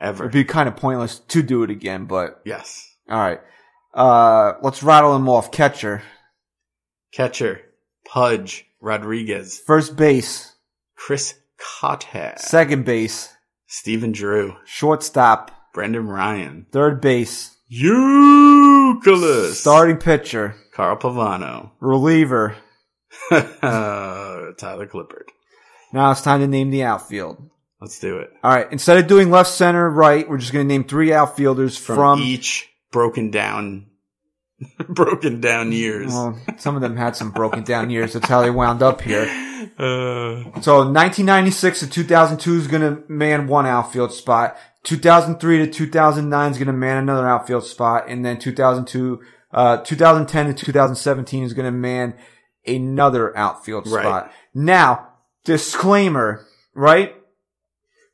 C: Ever.
H: It'd be kind of pointless to do it again, but
C: yes.
H: all right. Uh, let's rattle them off. Catcher,
C: Catcher. Pudge. Rodriguez.
H: first base,
C: Chris Cotta.
H: second base,
C: Steven Drew.
H: shortstop,
C: Brendan Ryan.
H: third base,
C: Euclid.
H: starting pitcher,
C: Carl Pavano. *laughs*
H: reliever.
C: Tyler Clippard.
H: Now it's time to name the outfield.
C: Let's do it.
H: All right. Instead of doing left, center, right, we're just going to name three outfielders
C: From,
H: from,
C: each broken down, *laughs* broken down years.
H: Well, some of them had some broken down years. That's how they wound up here.
C: Uh,
H: So 1996 to 2002 is going to man one outfield spot. 2003 to 2009 is going to man another outfield spot. And then 2002, uh, 2010 to 2017 is going to man another outfield
C: Right.
H: spot. Now, disclaimer, right?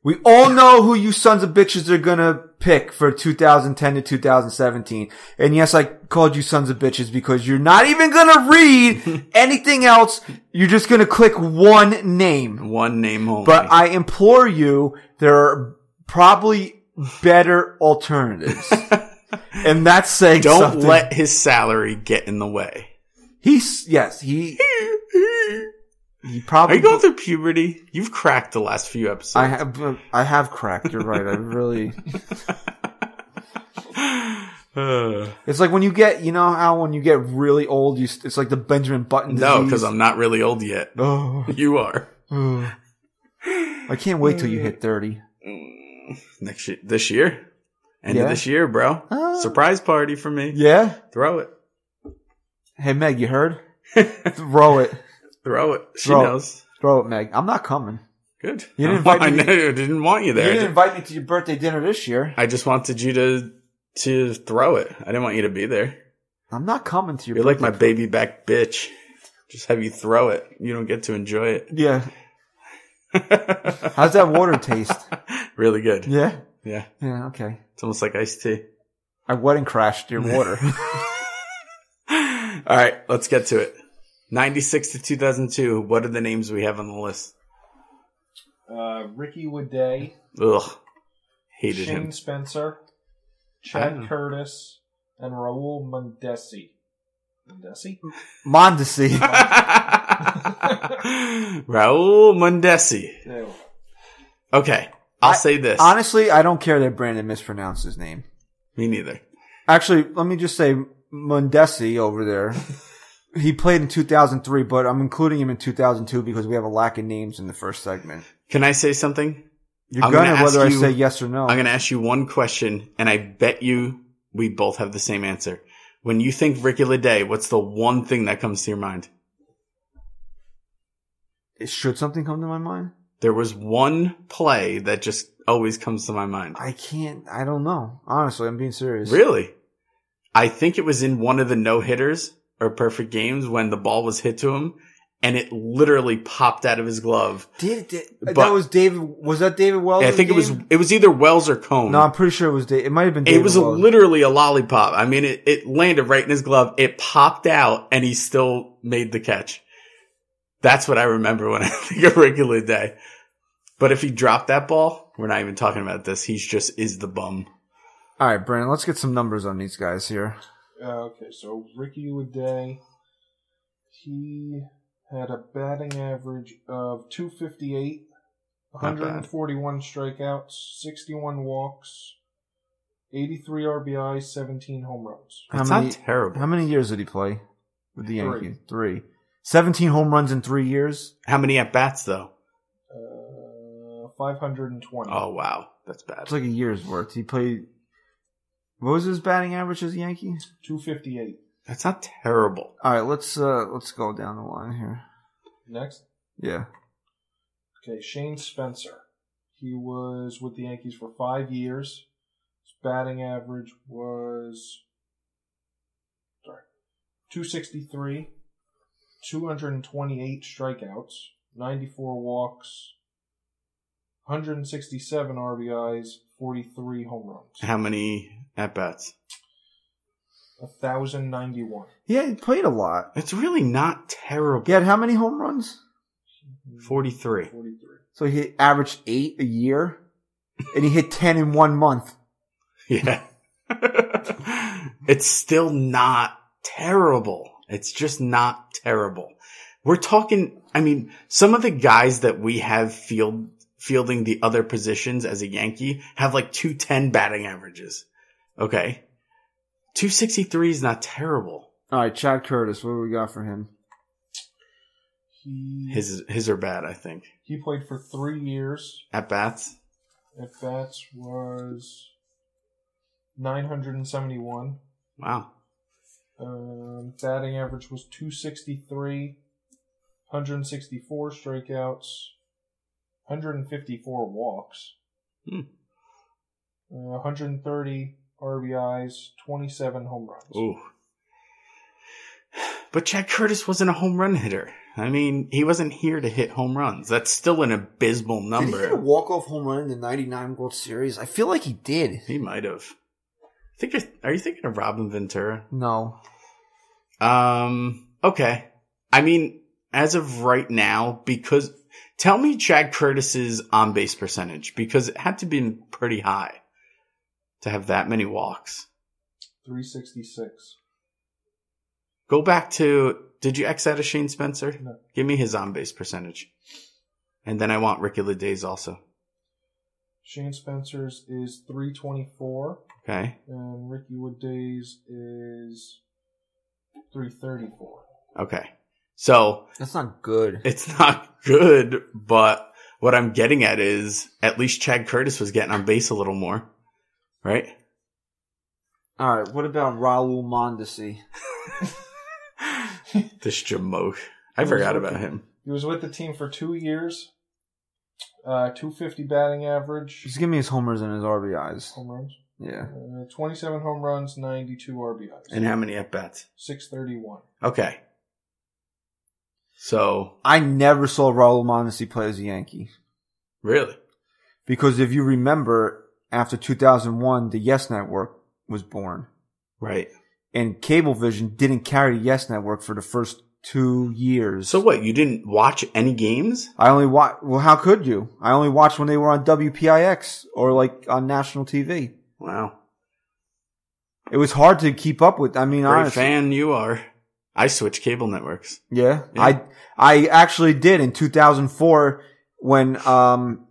H: We all know who you sons of bitches are going to pick for 2010 to 2017. And yes, I called you sons of bitches because you're not even going
C: *laughs*
H: to read anything else. You're just going to click one name.
C: one name only.
H: But I implore you, there are probably better
C: *laughs*
H: alternatives. and that's saying
C: don't
H: something.
C: let his salary get in the way.
H: *laughs* He's, yes, he, he
C: Are
H: probably.
C: you going through puberty? You've cracked the last few episodes.
H: I have, I have cracked. You're right. I really.
C: *sighs* Uh,
H: It's like when you get, you know how when you get really old, you it's like the Benjamin Button.
C: no,
H: disease.
C: because I'm not really old yet. *laughs*
H: Oh,
C: You are.
H: oh. I can't wait till you hit thirty.
C: Next year, this year, end
H: Yeah.
C: of this year, bro.
H: Ah.
C: Surprise party for me.
H: Yeah.
C: Throw it.
H: Hey Meg, you heard?
C: *laughs*
H: Throw it,
C: Throw it. She
H: Throw it.
C: knows.
H: throw it, Meg. I'm not coming.
C: Good.
H: You didn't
C: *laughs* I
H: invite me to-
C: know, didn't want you there.
H: You didn't invite me to your birthday dinner this year.
C: I just wanted you to to throw it. I didn't want you to be there.
H: I'm not coming to your.
C: You're like my
H: birthday.
C: baby back bitch. Just have you throw it. You don't get to enjoy it.
H: Yeah. How's that water taste?
C: *laughs* really good. Yeah.
H: Yeah. Yeah. Okay.
C: It's almost like iced tea.
H: I wedding
C: *laughs*
H: crashed your water.
C: All right, let's get to it. 96 to 2002. What are the names we have on the list?
E: Uh, Ricky Waday,
C: Ugh. Hated *laughs*
E: Shane
C: him.
E: Spencer, Chad
C: Ah.
E: Curtis, and Raul Mondesi. Mondesi?
B: Mm.
H: Mondesi.
C: Raul Mondesi.
E: Ew.
C: Okay, I'll
H: I-
C: say this.
H: Honestly, I don't care that Brandon mispronounced his name.
C: Me neither.
H: Actually, let me just say Mundesi
C: *laughs*
H: over there. he played in 2003, but I'm including him in 2002 because we have a lack of names in the first segment.
C: Can I say something?
H: You're
C: I'm
H: gonna,
C: gonna ask
H: whether
C: you-
H: I say yes or no.
C: I'm going to ask you one question, and I bet you we both have the same answer. When you think Ricky Lede, what's the one thing that comes to your mind?
H: Should something come to my mind?
C: There was one play that just always comes to my mind.
H: I can't. I don't know. Honestly, I'm being serious.
C: Really? I think it was in one of the no hitters or perfect games when the ball was hit to him and it literally popped out of his glove.
H: Did, did that
C: But-
H: was David? Was that David Wells?
C: I think it was it was either Wells or Cone.
H: No, I'm pretty sure it was. David. It might have been. David
C: it was
H: Wells.
C: literally a lollipop. I mean, it, it landed right in his glove. It popped out and he still made the catch. That's what I remember when *laughs* I think of regular day. But if he dropped that ball, we're not even talking about this. He's just is the bum.
H: All right, Brandon. Let's get some numbers on these guys here.
E: Uh, okay, so Ricky Uday, he had a batting average of 258,
C: Not bad.
E: 141 strikeouts, 61 walks, 83 RBI, 17 home runs.
H: How
C: It's
H: many?
C: not terrible.
H: How many years did he play with the
E: Three.
H: Yankees? Three. 17 home runs in three years.
C: How many at bats though?
E: Uh, 520.
C: Oh wow, that's bad.
H: That's like a year's worth. He played. What was his batting average as a Yankee?
E: 258.
C: That's not terrible.
H: All right, let's uh let's go down the line here.
E: Next.
H: Yeah.
E: Okay, Shane Spencer. He was with the Yankees for five years. His batting average was 263, 228 strikeouts, 94 walks, 167 RBIs, 43 home runs,
C: How many at bats?
E: 1,091.
H: Yeah, he played a lot.
C: It's really not terrible.
H: He had how many home runs?
E: *laughs*
C: 43.
E: 43.
H: So he averaged eight a year, and he hit ten in one month.
C: Yeah. it's still not terrible. It's just not terrible. We're talking, I mean, some of the guys that we have field, fielding the other positions as a Yankee have like 210 batting averages. Okay. 263 is not terrible.
H: All right, Chad Curtis, what do we got for him?
E: He,
C: His, his are bad, I think.
E: he played for three years.
C: At bats.
E: At bats was 971.
C: Wow.
E: Um, batting average was 263, 164 strikeouts, 154 walks,
C: Hmm.
E: uh, 130 RBIs, 27 home runs.
C: Ooh. But Chad Curtis wasn't a home run hitter. I mean, he wasn't here to hit home runs. That's still an abysmal
H: Did he hit a
C: number.
H: walk off home run in the '99 World Series? I feel like he did.
C: He might have. I think you're, are you thinking of Robin Ventura?
H: No,
C: Um, okay. I mean, as of right now, because tell me Chad Curtis's on base percentage because it had to be pretty high to have that many walks.
E: 366.
C: Go back to did you X out of Shane Spencer?
E: No.
C: Give me his on base percentage. And then I want Ricky Days also.
E: Shane Spencer's is 324,
C: Okay.
E: and Ricky Wood Days is 334.
C: Okay. So
H: that's not good.
C: it's *laughs* not good, but what I'm getting at is at least Chad Curtis was getting on base a little more. Right?
H: All right, what about Raul Mondesi?
C: This Jamoke. I forgot about him.
E: He was with the team for two years, uh, 250 batting average.
H: Just give me his homers and his RBIs.
E: home runs.
H: Yeah.
E: Uh, 27 home runs, 92 RBIs.
C: And how many at bats?
E: 631.
C: Okay. So
H: I never saw Raul Mondesi play as a Yankee.
C: really?
H: Because if you remember, after 2001, the Yes Network was born.
C: Right.
H: And Cablevision didn't carry the Yes Network for the first two years.
C: So what, you didn't watch any games?
H: I only watch. Well, how could you? I only watched when they were on WPIX or like on national TV.
C: Wow.
H: It was hard to keep up with. I mean,
C: Great
H: honestly,
C: fan you are. I switch cable networks.
H: Yeah,
C: Yeah.
H: I I actually did in 2004 when um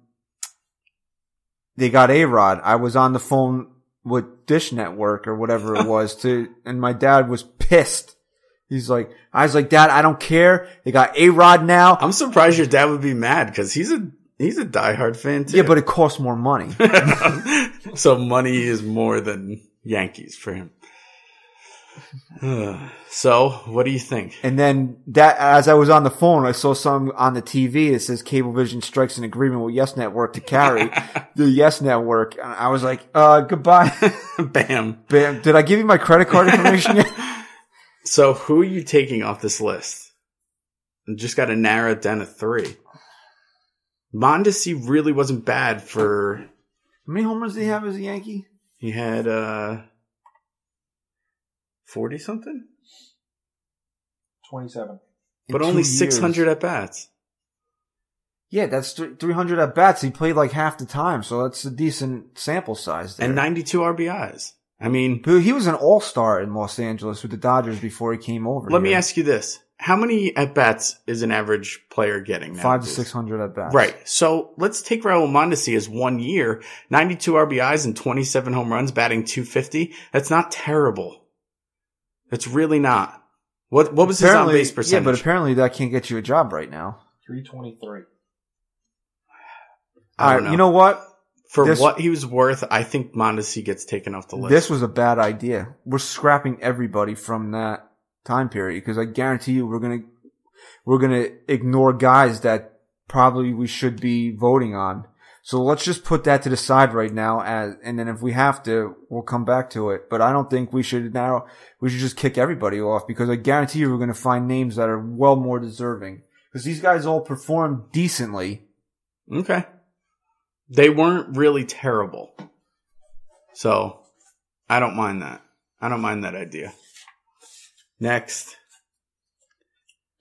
H: they got a Rod. I was on the phone with Dish Network or whatever it was to, and my dad was pissed. He's like, I was like, Dad, I don't care. They got a Rod now.
C: I'm surprised your dad would be mad because he's a he's a diehard fan too.
H: yeah, but it costs more money.
C: but *laughs* so money is more than Yankees for him. *sighs* so what do you think? *laughs*
H: And then that, as I was on the phone, I saw some on the TV that says Cablevision strikes an agreement with Yes Network to carry the Yes Network. And I was like,
C: *laughs*
H: uh, goodbye.
C: Bam.
H: Bam. Did I give you my credit card information yet?
C: *laughs* So who are you taking off this list? You just got to narrow it down to three. Mondesi really wasn't bad for
H: How many homers did he have as a Yankee?
C: he had uh forty something,
E: 27.
H: In
C: but
H: two
C: only
H: years.
C: six hundred at bats.
H: Yeah, that's th- 300 at bats. He played like half the time, so that's a decent sample size there.
C: and 92 RBIs. I mean,
H: But he was an all star in Los Angeles with the Dodgers before he came over.
C: let me
H: here.
C: ask you this. How many at bats is an average player getting? now?
H: Five to 600 at bats.
C: Right. So let's take Raul Mondesi as one year, 92 RBIs and 27 home runs, batting 250. That's not terrible. That's really not. What, what was his
H: Apparently,
C: on base percentage?
H: Yeah, but apparently that can't get you a job right now.
E: 323.
C: I
H: All
C: don't
H: right, you know what?
C: For
H: this-
C: what he was worth, I think Mondesi gets taken off the list.
H: This was a bad idea. We're scrapping everybody from that time period because I guarantee you we're gonna we're gonna ignore guys that probably we should be voting on. So let's just put that to the side right now, as, and then if we have to, we'll come back to it. But I don't think we should now. We should just kick everybody off because I guarantee you we're going to find names that are well more deserving because these guys all performed decently.
C: Okay. They weren't really terrible. So I don't mind that. I don't mind that idea. Next,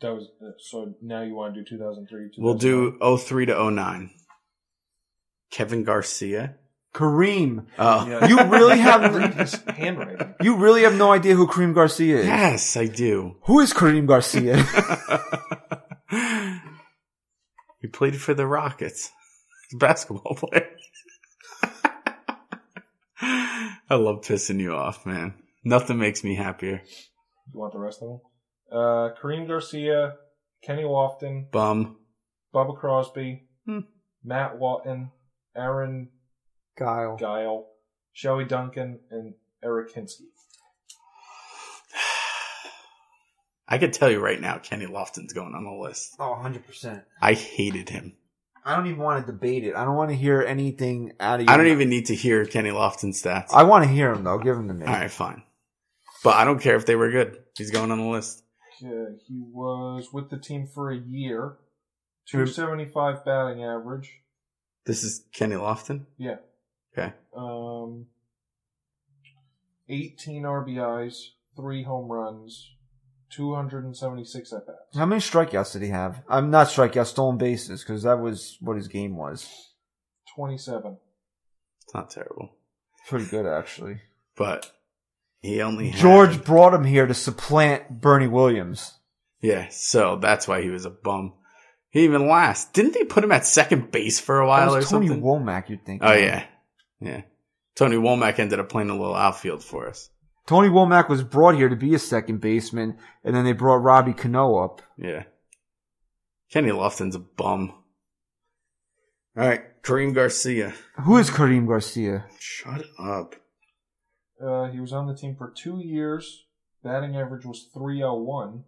E: That was uh, so. Now you want to do 2003?
C: we'll do 03 to 09. Kevin Garcia.
H: Kareem,
C: Oh.
E: Yeah.
H: you really *laughs*
E: Read
H: have
E: his handwriting.
H: you really have no idea who Kareem Garcia is.
C: Yes, I do. *laughs*
H: Who is Kareem Garcia?
C: he played for the Rockets. He's a basketball *laughs* player. I love pissing you off, man. Nothing makes me happier.
E: You want the rest of them? Uh, Kareem Garcia, Kenny Lofton,
C: Bum.
E: Bubba Crosby,
C: Hmm.
E: Matt Walton, Aaron
H: Guile.
E: Guile, Shelly Duncan, and Eric Hinsky.
C: I could tell you right now, Kenny Lofton's going on the list.
H: Oh, 100%.
C: I hated him.
H: I don't even want to debate it. I don't want to hear anything out of you.
C: I don't even need to hear Kenny Lofton stats.
H: I want to hear him, though. Give him to me.
C: All right, fine. But I don't care if they were good. He's going on the list.
E: Yeah, he was with the team for a year, 275 batting average.
C: This is Kenny Lofton.
E: Yeah.
C: Okay.
E: Um, 18 RBIs, three home runs, 276 at bats.
H: How many strikeouts did he have? I'm not strikeouts, stolen bases, because that was what his game was.
E: 27.
C: It's not terrible.
H: Pretty good, actually.
C: But he only had-
H: George brought him here to supplant Bernie Williams.
C: Yeah, so that's why he was a bum. He even last. Didn't they put him at second base for a
H: That
C: while or
H: was Tony
C: something?
H: Womack, you'd think.
C: oh yeah, yeah. Tony Womack ended up playing a little outfield for us.
H: Tony Womack was brought here to be a second baseman, and then they brought Robbie Cano up.
C: Yeah. Kenny Lofton's a bum. All right, Kareem Garcia.
H: Who is Kareem Garcia?
C: Shut up.
E: Uh, he was on the team for two years. Batting average was 301.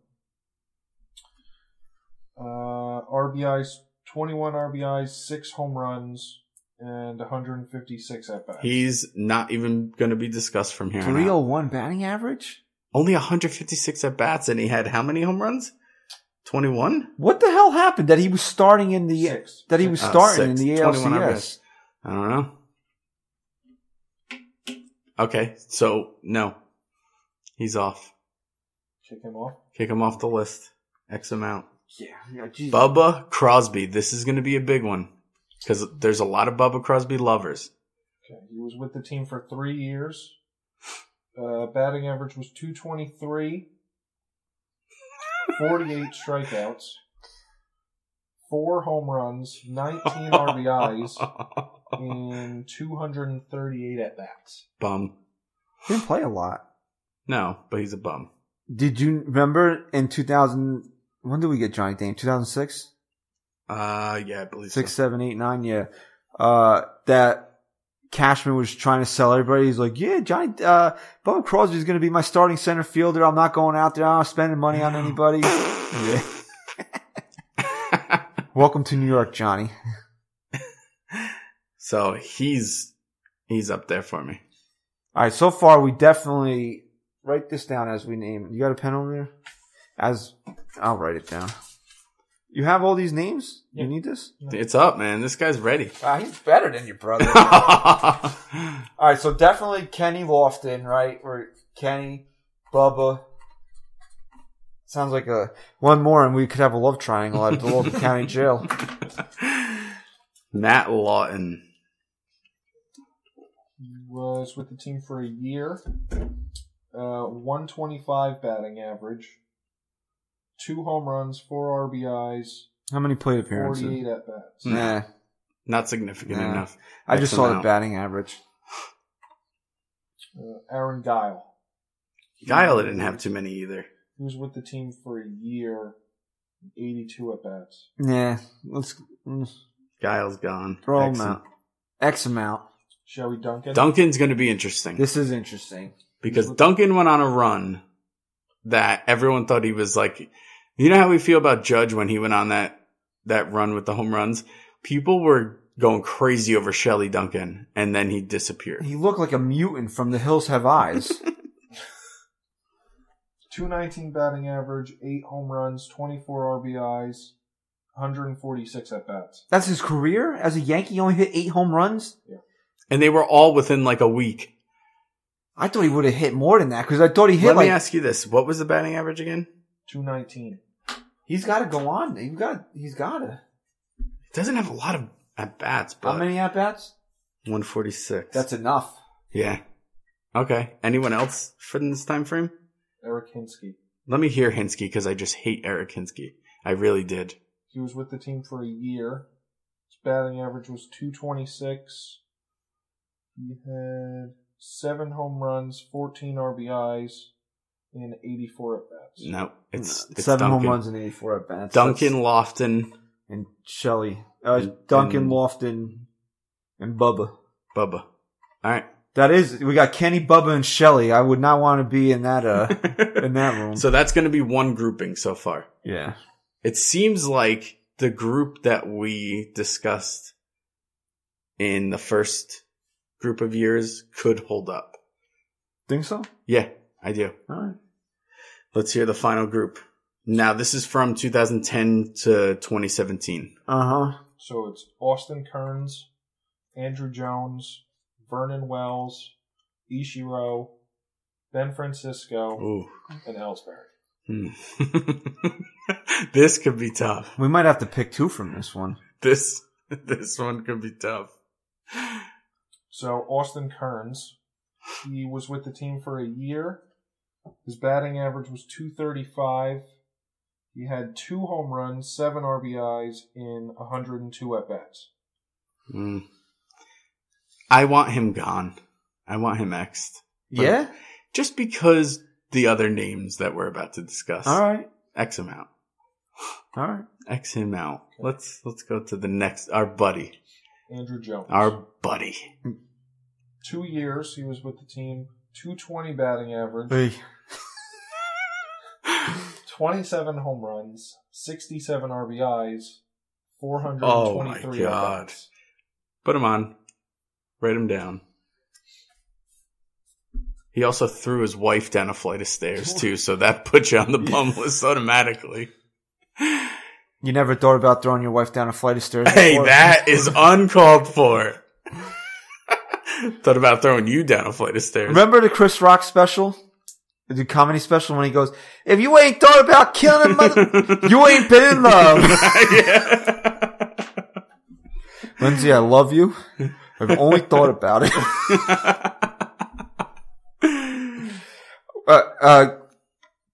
E: Uh, RBIs, 21 RBIs, six home runs, and 156 at bats.
C: He's not even going to be discussed from here. on out.
H: 301 batting average?
C: Only 156 at bats, and he had how many home runs? 21.
H: What the hell happened that he was starting in the
E: Six.
H: that he was
C: Uh,
H: starting
C: six.
H: in the
C: 21
H: ALCS?
C: RBIs. I don't know. Okay, so no. He's off.
E: Kick him off.
C: Kick him off the list. X amount.
H: Yeah, yeah, geez.
C: Bubba Crosby. This is going to be a big one because there's a lot of Bubba Crosby lovers.
E: Okay. He was with the team for three years. Uh, batting average was 223. 48 strikeouts. Four home runs, 19
C: *laughs*
H: *laughs*
E: RBIs, and 238 at bats.
C: bum.
H: He didn't play a lot.
C: No, but he's a bum.
H: Did you remember in 2000? When did we get Johnny Dame? 2006?
C: Uh, yeah, I believe *laughs*
H: Six,
C: so.
H: seven, eight, nine, yeah. Uh, that Cashman was trying to sell everybody. He's like, yeah, Johnny, uh, Bubba Crosby's going to be my starting center fielder. I'm not going out there. I'm not spending money
C: *laughs*
H: on anybody. Yeah. Welcome to New York, Johnny.
C: so he's he's up there for me.
H: All right, so far we definitely write this down as we name. You got a pen over there? As I'll write it down. You have all these names.
E: Yeah.
H: You need this.
C: It's up, man. This guy's
H: *laughs*
C: ready.
H: Ah, he's better than your brother. *laughs* all
C: yeah,
H: right, so definitely Kenny Lofton, right? Or Kenny, Bubba. Sounds like a one more, and we could have a love triangle *laughs* at the local county jail.
C: Matt Lawton.
E: He was with the team for a year. Uh, 125 batting average. Two home runs, four RBIs,
H: How many
E: 48
H: plate appearances?
E: at bats.
H: Nah,
C: Not significant
H: Nah.
C: enough.
H: I just saw the
C: Excellent.
H: batting average.
E: Uh, Aaron Guile.
C: Guile didn't have too many either.
E: He was with the team for a year, 82 at bats.
H: Nah, let's mm,
C: Guile's gone.
H: throw them
C: Excellent.
H: out. X amount.
E: Shall we Duncan?
C: Duncan's going to be interesting
H: This is interesting.
C: because Duncan went on a run that everyone thought he was like. You know how we feel about Judge when he went on that that run with the home runs. People were going crazy over Shelly Duncan, and then he disappeared.
H: He looked like a mutant from The Hills Have
C: *laughs*
H: Eyes.
E: 219 batting average, 8 home runs, 24 RBIs, 146 at bats.
H: That's his career as a Yankee. He only hit eight home runs.
C: And they were all within like a week.
H: I thought he would have hit more than that because I thought he hit
C: Let
H: like
C: me ask you this: What was the batting average again?
E: 219.
H: he's got to go on. He's got he's got to.
C: Doesn't have a lot of at bats, but
H: How many at bats?
C: one forty six.
H: That's enough.
C: yeah. Okay. Anyone else for this time frame?
E: Eric Hinsky.
C: Let me hear Hinsky because I just hate Eric Hinsky. I really did.
E: He was with the team for a year. His batting average was 226. He had 7 home runs, 14 RBIs, and 84 at bats.
C: No, it's, it's
H: seven
C: Duncan.
H: home runs and eighty four at bats.
C: Duncan Lofton,
H: and Shelley, uh,
C: And-
H: Duncan
C: and-
H: Lofton, and Bubba.
C: Bubba. All right.
H: That is, we got Kenny, Bubba, and Shelley. I would not want to be in that
C: *laughs*
H: uh in that room.
C: So that's going to be one grouping so far.
H: yeah,
C: It seems like the group that we discussed in the first group of years could hold up.
H: think so.
C: Yeah, I do.
H: All right.
C: Let's hear the final group. Now, this is from 2010 to 2017.
H: Uh huh.
E: So it's Austin Kearns, Andrew Jones, Vernon Wells, Ishiro, Ben Francisco,
C: Ooh.
E: and Ellsbury.
C: Hmm. *laughs* this could be tough.
H: We might have to pick two from this one.
C: This *laughs* this one could be tough.
E: So Austin Kearns, he was with the team for a year. His batting average was 235. He had two home runs, seven RBIs in 102 at bats.
C: Hmm. I want him gone. I want him exed.
H: Yeah.
C: Just because the other names that we're about to discuss.
H: All right.
C: X him out.
H: All right.
C: X him out. Let's let's go to the next our buddy.
E: Andrew Jones.
C: Our buddy.
E: Two years he was with the team, 220 batting average,
H: Hey.
E: 27 home runs, 67 RBIs, 423
C: Oh my God.
E: at-bats.
C: Put him on. Write him down. He also threw his wife down a flight of stairs too, so that *laughs* put you on the bum list automatically.
H: You never thought about throwing your wife down a flight of stairs?
C: Hey,
H: before? *laughs*
C: that is uncalled for. Thought about throwing you down a flight of stairs.
H: Remember the Chris Rock special, the comedy special when he goes, "If you ain't thought about killing
C: *laughs*
H: a mother, you ain't been in love."
C: Yeah.
H: Lindsay, I love you. I've only thought
C: *laughs*
H: about it. uh, uh,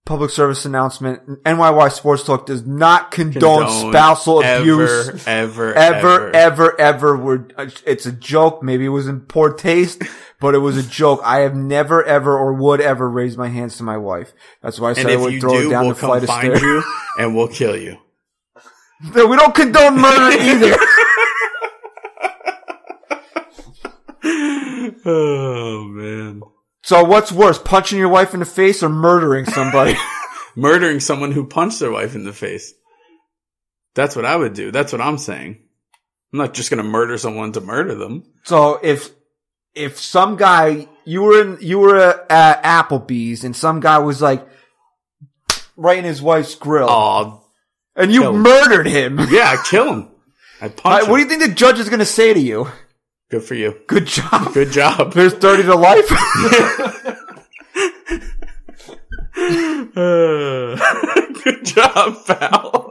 H: public service announcement: NYY Sports Talk does not condone,
C: Condone
H: spousal
C: ever,
H: abuse.
C: Ever,
H: Ever, ever, ever. We're, it's a joke. Maybe it was in poor taste, but it was a joke. I have never, ever, or would ever raise my hands to my wife. That's why I said
C: And
H: I
C: if
H: would
C: you
H: throw
C: do,
H: her down
C: we'll
H: the
C: come
H: flight of
C: find
H: stairs.
C: you and we'll kill you.
H: *laughs* No, we
C: *laughs*
H: don't condone murder *laughs* either.
C: Oh man.
H: so what's worse, punching your wife in the face or
C: *laughs*
H: murdering somebody?
C: Murdering someone who punched their wife in the face. That's what I would do. That's what I'm saying. I'm not just gonna murder someone to murder them.
H: so if if some guy you were in you were at Applebee's and some guy was like right in his wife's grill
C: Oh
H: and you
C: no.
H: murdered him,
C: yeah, I kill him. I punch
H: what do you
C: him.
H: think the judge is going to say to you?
C: Good for you.
H: Good job.
C: Good
H: *laughs*
C: job.
H: There's thirty to life.
C: Good job,
H: *laughs*
C: pal.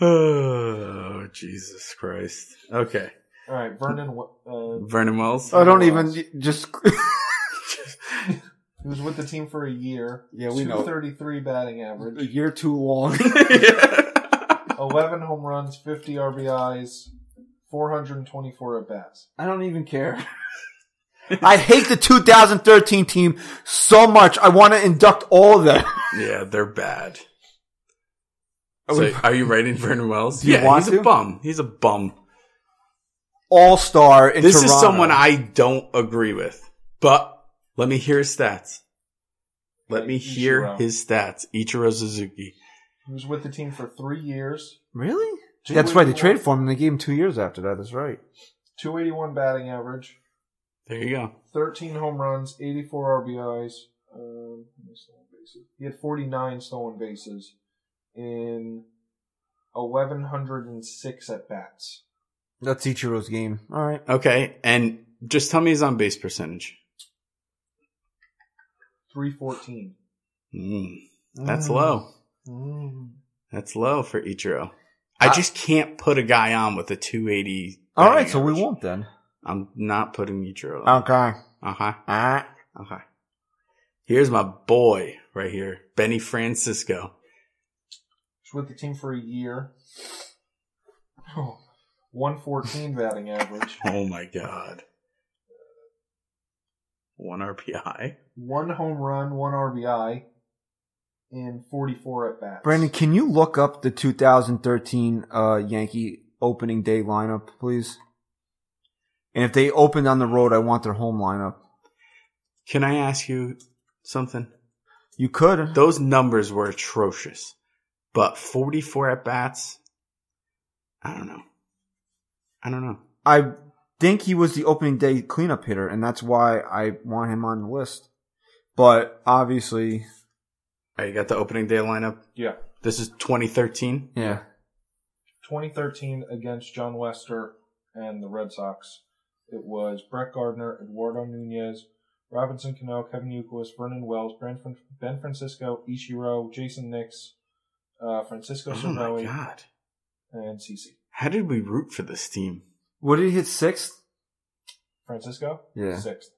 C: oh, Jesus Christ. Okay.
E: All right, Vernon. Uh,
C: Vernon Wells.
H: I don't even just.
E: he was with the team for a year.
H: Yeah, we know.
E: 233 batting average,
H: year
C: *laughs*
H: too long.
E: 11 home runs, 50 RBIs, 424 at bats.
H: I don't even care. I hate the 2013 team so much. I want to induct all
C: *laughs*
H: of them.
C: yeah, they're bad.
H: I
C: So,
H: would-
C: are you writing Vernon Wells?
H: Do you
C: yeah,
H: want
C: he's a
H: to?
C: bum. He's a bum.
H: All star in
C: This is
H: Toronto.
C: someone I don't agree with. But let me hear his stats. Let me hear
E: Ichiro.
C: his stats. Ichiro Suzuki.
E: He was with the team for three years.
H: really That's right. They traded for him and they gave him two years after that. That's right.
E: 281 batting average,
C: There you go.
E: 13 home runs, 84 RBIs. Um, how many stolen bases? he had 49 stolen bases in 1,106 at bats.
H: That's Ichiro's game. All right.
C: Okay, and just tell me his on base percentage.
E: 314.
C: Mm,
H: Uh.
C: that's low. That's low for Ichiro. I just can't put a guy on with a 280.
H: Uh, All right.
C: batting
H: So we
C: average.
H: won't then.
C: I'm not putting Ichiro. on.
H: Okay.
C: Uh huh.
H: All right.
C: Uh huh. Here's my boy right here, Benny Francisco.
E: He's with the team for a year. *sighs* Oh, 114 batting average,
C: Oh my god. One RPI.
E: one home run, one RBI, and 44 at bats.
H: Brandon, can you look up the 2013 uh, Yankee opening day lineup, please? And if they opened on the road, I want their home lineup.
C: Can I ask you something?
H: You could.
C: Those numbers were atrocious, but 44 at bats. I don't know. I don't know.
H: I think he was the opening day cleanup hitter, and that's why I want him on the list. But obviously,
C: All right, you got the opening day lineup.
E: Yeah.
C: This is 2013.
H: yeah.
E: 2013 against John Lester and the Red Sox. It was Brett Gardner, Eduardo Nunez, Robinson Cano, Kevin Youkilis, Vernon Wells, Ben, Fran- ben Francisco, Ishiro, Jason Nix, uh, Francisco
C: Oh my
E: Cervelli,
C: god.
E: and CC.
C: How did we root for this team?
H: What did he hit sixth?
E: Francisco?
H: Yeah.
E: Sixth.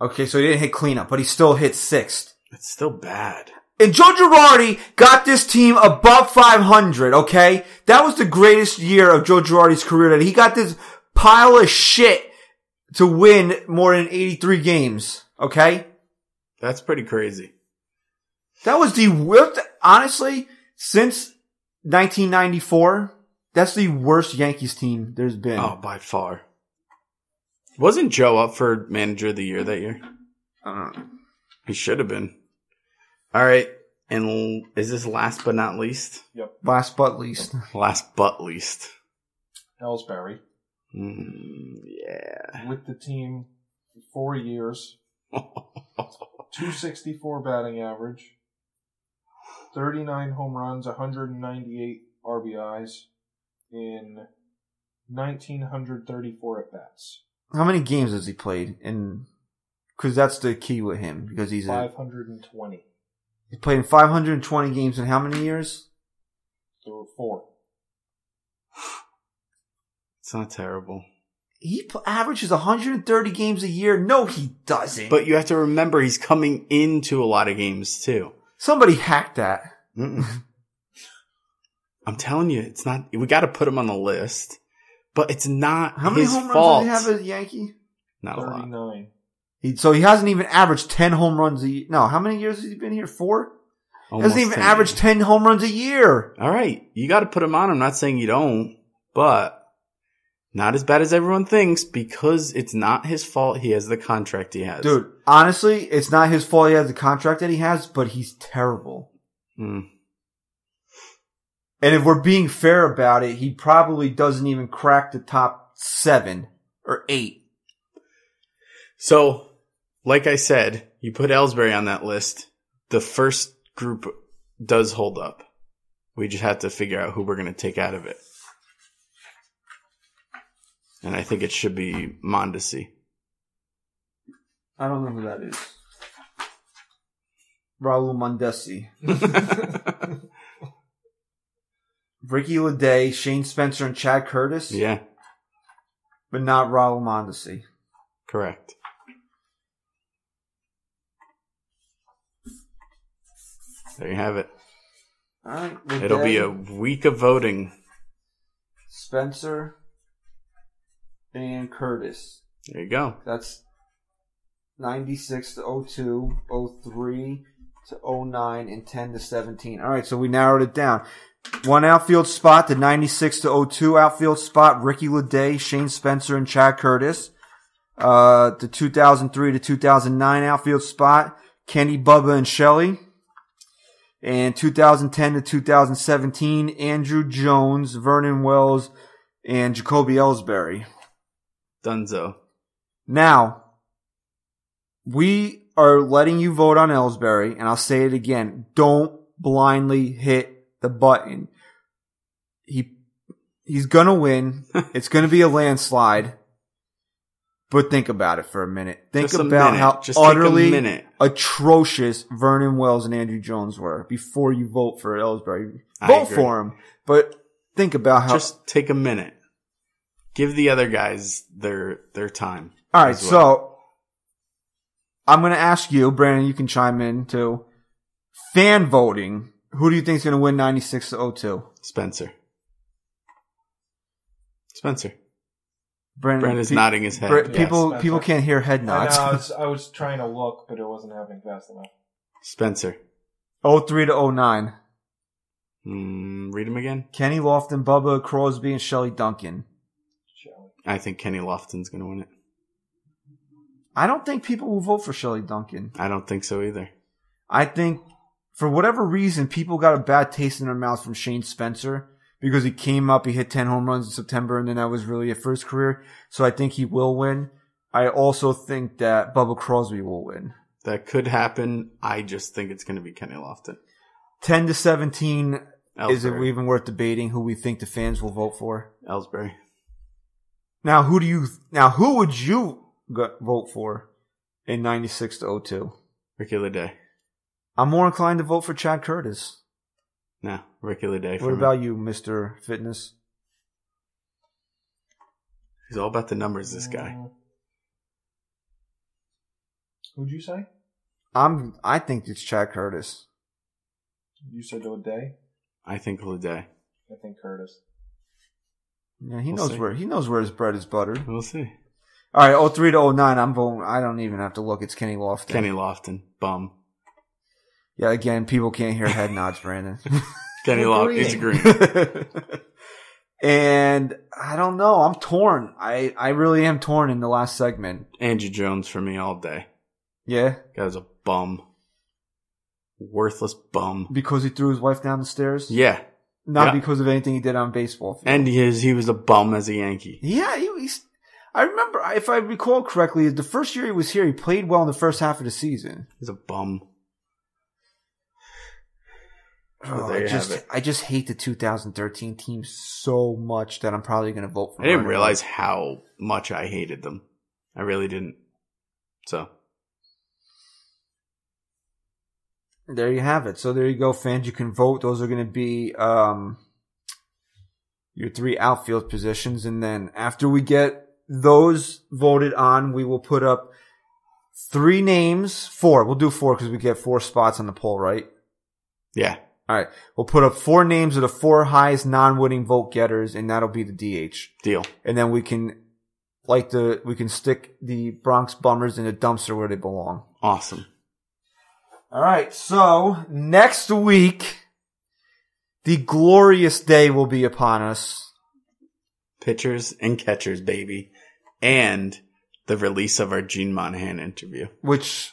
H: Okay, so he didn't hit cleanup, but he still hit sixth.
C: It's still bad.
H: And Joe Girardi got this team above 500, okay? That was the greatest year of Joe Girardi's career that he got this pile of shit to win more than 83 games, okay?
C: That's pretty crazy.
H: That was the worst, honestly, since 1994, that's the worst Yankees team there's been.
C: Oh, by far. Wasn't Joe up for manager of the year that year?
H: I don't know.
C: He should have been. All right. And l- is this last but not least?
H: Last but least.
C: Last but least.
E: Ellsbury.
C: Mm, yeah. *laughs*
E: With the team for four years, 264 batting average, 39 home runs, 198 RBIs in 1934 at bats.
H: How many games has he played? And because that's the key with him, because he's a,
E: 520.
H: he played in 520 games in how many years?
E: There were four.
C: it's not terrible.
H: He pl- averages 130 games a year. No, he doesn't.
C: But you have to remember he's coming into a lot of games too.
H: somebody hacked that.
C: *laughs* I'm telling you, it's not. We got to put him on the list, but it's not
H: How many
C: his
H: home
C: fault.
H: runs did he have as a Yankee?
C: not a lot.
E: 39.
H: He, so he hasn't even averaged 10 home runs a year. No, how many years has he been here? Four?
C: Almost
H: hasn't even
C: 10.
H: averaged 10 home runs a year.
C: All right, you got to put him on. I'm not saying you don't, but not as bad as everyone thinks because it's not his fault. He has the contract he has,
H: Dude, honestly, it's not his fault he has the contract that he has, but he's terrible.
C: Mm.
H: And if we're being fair about it, he probably doesn't even crack the top seven or eight.
C: So, like I said, you put Ellsbury on that list. The first group does hold up. We just have to figure out who we're going to take out of it. And I think it should be Mondesi.
H: I don't know who that is. Raul *laughs* Mondesi. Ricky Leday, Shane Spencer, and Chad Curtis,
C: yeah,
H: but not Raul Mondesi.
C: correct. There you have it.
H: All right,
C: It'll be a
H: Leday,
C: week of voting.
H: Spencer and Curtis.
C: There you go.
H: That's 96 to 02, 03 to 09, and 10 to 17. All right, so we narrowed it down. One outfield spot, the 96 to 02 outfield spot, Ricky Leday, Shane Spencer, and Chad Curtis. Uh, the 2003 to 2009 outfield spot, Kenny Bubba and Shelley. And 2010 to 2017, Andrew Jones, Vernon Wells, and Jacoby Ellsbury.
C: Dunzo.
H: Now, we are letting you vote on Ellsbury, and I'll say it again. Don't blindly hit the button. He, he's
C: *laughs*
H: gonna win. it's gonna be a landslide. But think about it for a minute. Think
C: Just a
H: about
C: minute.
H: how
C: Just take a
H: utterly
C: minute.
H: atrocious Vernon Wells and Andrew Jones were before you vote for Ellsbury.
C: I
H: Vote
C: agree.
H: for him, but think about how
C: Just take a minute. Give the other guys their their time.
H: All right,
C: as well.
H: so I'm going to ask you, Brandon. You can chime in too. Fan voting. Who do you think is going to win 96 to 02?
C: Spencer. Spencer.
H: Brandon
C: Brandon's
H: pe-
C: nodding his head.
H: Bra-
E: Yeah,
H: people,
E: Spencer.
H: people can't hear head
C: *laughs*
E: I, know, I,
H: *laughs* nods.
E: was, I was trying to look, but it wasn't happening fast enough.
C: Spencer.
H: 03 to 09.
C: Mm, read him again.
H: Kenny Lofton, Bubba Crosby, and Shelly Duncan.
C: I think Kenny Lofton's going to win it.
H: I don't think people will vote for Shelly Duncan.
C: I don't think so either.
H: I think for whatever reason, people got a bad taste in their mouth from Shane Spencer because he came up, he hit 10 home runs in September, and then that was really a first career. So I think he will win. I also think that Bubba Crosby will win.
C: That could happen. I just think it's going to be Kenny Lofton.
H: 10 to 17, is it
C: Ellsbury.
H: even worth debating who we think the fans will vote for?
C: Ellsbury.
H: Now, who do you, now who would you go- vote for in 96 to 02?
C: Ricky Leday.
H: I'm more inclined to vote for Chad Curtis.
C: No, Ricky Leday. for
H: What
C: me.
H: about you, Mr. Fitness?
C: He's all about the numbers, this guy.
E: Mm. Who'd you say?
H: I'm, I think it's Chad Curtis.
E: You said O'Day?
C: I think Leday.
E: I think Curtis.
H: Yeah, he
C: We'll
H: knows
C: see.
H: where he knows where his bread is buttered.
C: We'll see.
H: All right, 03 to 09, I'm voting. I don't even have to look. It's Kenny Lofton.
C: Kenny Lofton. Bum.
H: Yeah, again, people can't hear head nods,
C: *laughs*
H: Brandon. *laughs*
C: Kenny Lofton. He's green.
H: and I don't know. I'm torn. I I really am torn in the last segment.
C: Andrew Jones for me all day.
H: Yeah,
C: Guy's a bum. Worthless bum.
H: because he threw his wife down the stairs.
C: Yeah.
H: not
C: yeah.
H: because of anything he did on baseball. field.
C: And he is he was a bum as a Yankee.
H: Yeah, he, he's. I remember, if I recall correctly, the first year he was here, he played well in the first half of the season.
C: He's a bum.
H: Oh,
C: there
H: I
C: you
H: just
C: have it.
H: I just hate the 2013 team so much that I'm probably going to vote for.
C: I didn't
H: Vernon.
C: realize how much I hated them. I really didn't. So
H: There you have it. So there you go, fans. You can vote. Those are going to be um, your three outfield positions, and then after we get those voted on, we will put up three names. Four. We'll do four because we get four spots on the poll, right?
C: yeah.
H: All right. We'll put up four names of the four highest non-winning vote getters, and that'll be the DH.
C: Deal.
H: and then we can like the we can stick the Bronx Bombers in a dumpster where they belong.
C: Awesome.
H: All right, so next week the glorious day will be upon us.
C: Pitchers and catchers, baby. And the release of our Gene Monahan interview. *laughs*
H: Which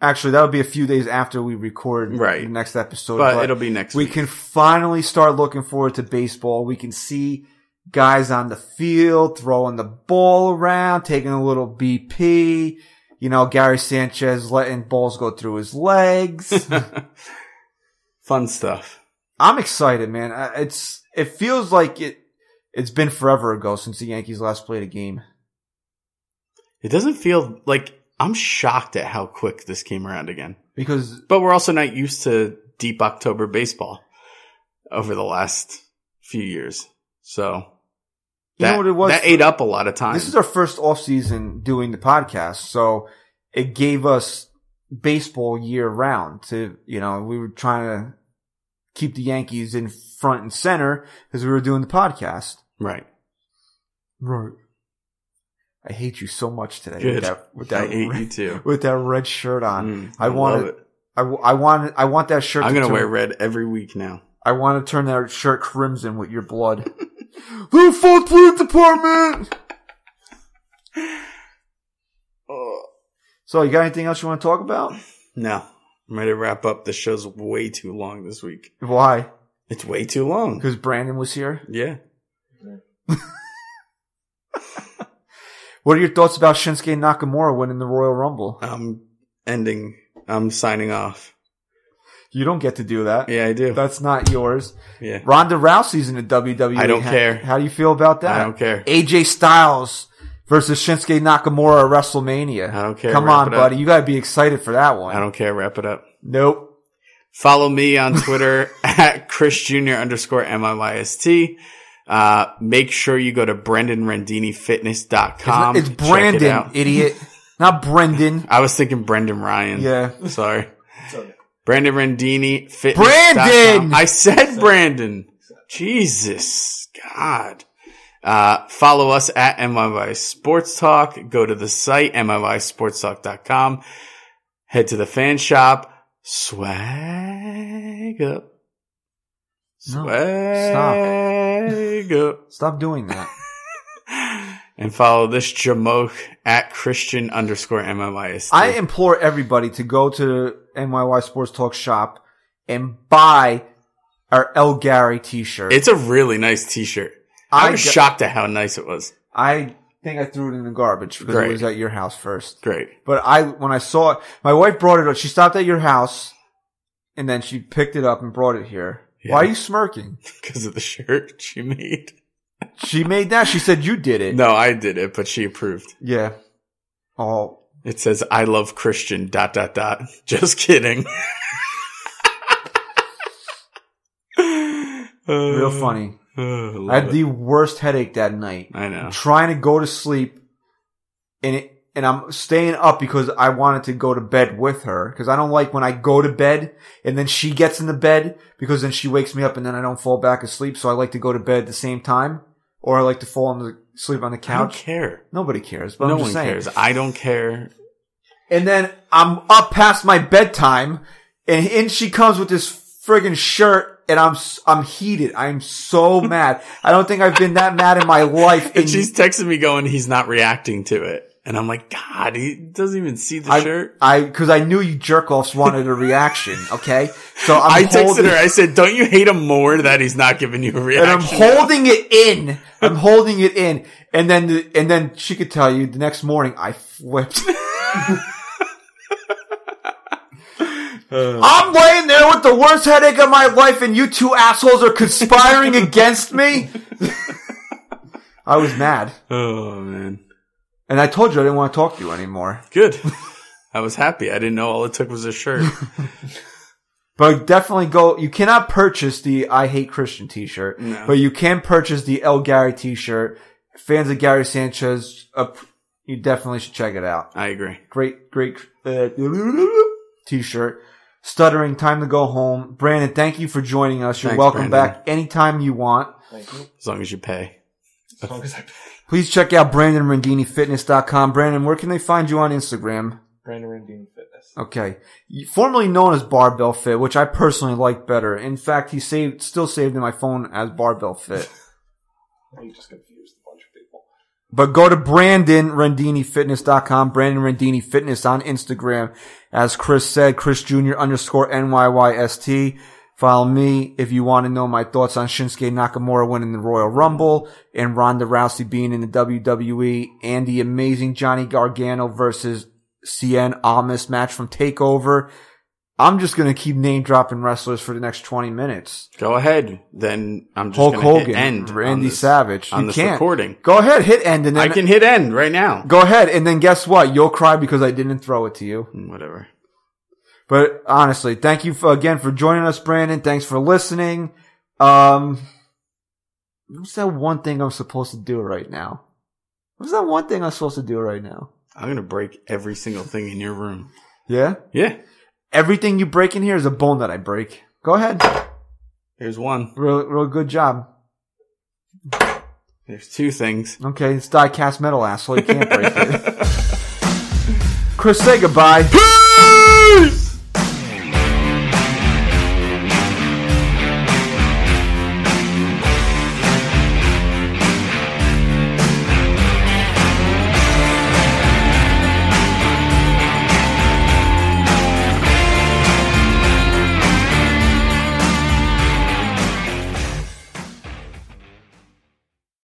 H: actually that'll be a few days after we record
C: Right.
H: the next episode.
C: But it'll be next
H: we
C: week.
H: can finally start looking forward to baseball. We can see guys on the field throwing the ball around, taking a little BP. You know, Gary Sanchez letting balls go through
C: *laughs*
H: his legs.
C: Fun stuff.
H: I'm excited, man. I- It's it feels like it. It's been forever ago since the Yankees last played a game.
C: It doesn't feel like I'm shocked at how quick this came around again.
H: Because
C: But we're also not used to deep October baseball over the last few years. So
H: you
C: that,
H: know what it was.
C: that ate up a lot of time.
H: This is our first off season doing the podcast, so it gave us baseball year round. To you know, we were trying to keep the Yankees in front and center because we were doing the podcast.
C: right.
H: Right. I hate you so much today
C: Good.
H: with that with
C: I
H: that
C: hate
H: *laughs* red,
C: you too.
H: with that red shirt on.
C: Mm,
H: I, want
C: love
H: it. I, w- I want I want that shirt.
C: I'm
H: to
C: going to
H: turn-
C: wear red every week now.
H: I want to turn that shirt crimson with your
C: *laughs*
H: blood. Little Falk Police Department.
C: Oh.
H: So, you got anything else you want to talk about?
C: No, I'm ready to wrap up. The show's way too long this week.
H: Why?
C: It's way too long.
H: Because Brandon was here.
C: Yeah.
H: What are your thoughts about Shinsuke Nakamura winning the Royal Rumble?
C: I'm ending. I'm signing off.
H: You don't get to do that.
C: Yeah, I do.
H: That's not yours.
C: yeah.
H: Ronda Rousey's in the WWE.
C: I don't
H: Ha-
C: care.
H: How do you feel about that?
C: I don't care.
H: AJ Styles versus Shinsuke Nakamura at WrestleMania.
C: I don't care.
H: Come
C: Wrap
H: on,
C: it up.
H: buddy. You got to be excited for that one.
C: I don't care. Wrap it up.
H: Nope.
C: Follow me on Twitter *laughs* at Chris Jr. underscore MIYST. Uh, make sure you go to
H: It's, not-
C: BrendanRandanifitness.com.
H: it's
C: Check it
H: Brandon,
C: out.
H: idiot.
C: *laughs*
H: Not Brendan.
C: I was thinking Brendan Ryan.
H: Yeah.
C: Sorry. Brandon Randini Fitness.
H: Brandon!
C: I said Brandon. Jesus. God. Uh, follow us at MIY Sports Talk. Go to the site, MIYSportsTalk.com. Head to the fan shop. Swag up.
H: No,
C: Swag up
H: Stop doing
C: *laughs*
H: that.
C: and follow this Jamoke at Christian underscore MMIS.
H: I implore everybody to go to the NYY Sports Talk shop and buy our El Gary t-shirt.
C: It's a really nice T-shirt.
H: I
C: I was
H: got-
C: shocked at how nice it was.
H: I think I threw it in the garbage because
C: Great.
H: it was at your house first.
C: Great.
H: But I, when I saw it, my wife brought it up. She stopped at your house and then she picked it up and brought it here.
C: Yeah.
H: Why are you smirking?
C: Because of the shirt she made.
H: She made that. She said you did it.
C: No, I did it, but she approved.
H: Yeah. Oh,
C: It says, I love Christian dot dot dot. *laughs* Just kidding.
H: *laughs* real
C: *sighs*
H: funny. I
C: Oh, I,
H: had the worst headache that night.
C: I know.
H: trying to go to sleep and it, and I'm staying up because I wanted to go to bed with her because I don't like when I go to bed and then she gets in the bed because then she wakes me up and then I don't fall back asleep. So I like to go to bed at the same time or I like to fall on the sleep on the
C: I don't
H: couch.
C: care.
H: Nobody cares, but
C: No
H: I'm
C: one
H: just saying.
C: cares. I don't
H: *laughs*
C: care.
H: And then I'm up past my bedtime and in she comes with this friggin' shirt and I'm, s- I'm heated.
C: *laughs*
H: I'm so mad. I don't think I've been that mad in my life.
C: And
H: in-
C: she's texting me going, he's not reacting to it. And I'm like, God, he doesn't even see the
H: I,
C: shirt.
H: I, cause I knew you jerk offs wanted a reaction.
C: *laughs*
H: Okay. So
C: i
H: I'm
C: texted
H: holding,
C: her. I said, don't you hate him more that he's not giving you a
H: and I'm
C: reaction?
H: holding it in. I'm holding it in. And then, the, and then she could tell you the next morning
C: *laughs*
H: I flipped. *laughs* I'm laying there with the worst headache of my life and you two assholes are conspiring against
C: *laughs*
H: me. I was mad.
C: oh, man.
H: And I told you I didn't want to talk to you anymore.
C: Good. *laughs* I was happy. I didn't know all it took was a shirt. *laughs*
H: But definitely go. You cannot purchase the I Hate Christian T-shirt,
C: No.
H: but you can purchase the El Gary T-shirt. Fans of Gary Sanchez, uh, you definitely should check it out.
C: I agree.
H: Great, great uh, T-shirt. Stuttering, time to go home. Brandon, thank you for joining us. You're
C: Thanks,
H: welcome
C: Brandon.
H: back anytime you want.
E: Thank you.
C: As long as you pay.
E: As long as I
H: Please check out BrandonRandiniFitness.com. Brandon, where can they find you on Instagram?
E: Brandon Randine Fitness.
H: Okay. Formerly known as Barbell Fit, which I personally like better. In fact, he saved, still saved in my phone as Barbell Fit.
E: Now You just confused a bunch of people.
H: But go to BrandonRandiniFitness.com, Brandon Randini Fitness on Instagram. As Chris said, Chris Jr. underscore NYYST. Follow me if you want to know my thoughts on Shinsuke Nakamura winning the Royal Rumble and Ronda Rousey being in the WWE and the amazing Johnny Gargano versus CN Amis match from TakeOver. I'm just going to keep name dropping wrestlers for the next 20 minutes.
C: Go ahead. Then I'm just
H: Hulk
C: going to
H: Hogan,
C: hit end. on
H: Randy
C: this-
H: Savage.
C: On
H: you
C: this
H: can't.
C: recording.
H: Go ahead, hit end and then
C: I can hit end right now.
H: Go ahead, and then guess what? You'll cry because I didn't throw it to you.
C: Mm, Whatever.
H: But honestly, thank you for, again for joining us, Brandon. Thanks for listening. Um, what's that one thing I'm supposed to do right now? What's that one thing I'm supposed to do right now?
C: I'm going to break every single thing in your room.
H: Yeah,
C: Yeah.
H: everything you break in here is a bone that I break. Go ahead,
C: There's one.
H: real, real good job.
C: There's two things.
H: Okay, it's die-cast metal, asshole. You can't break it. Chris, say goodbye.
C: Peace!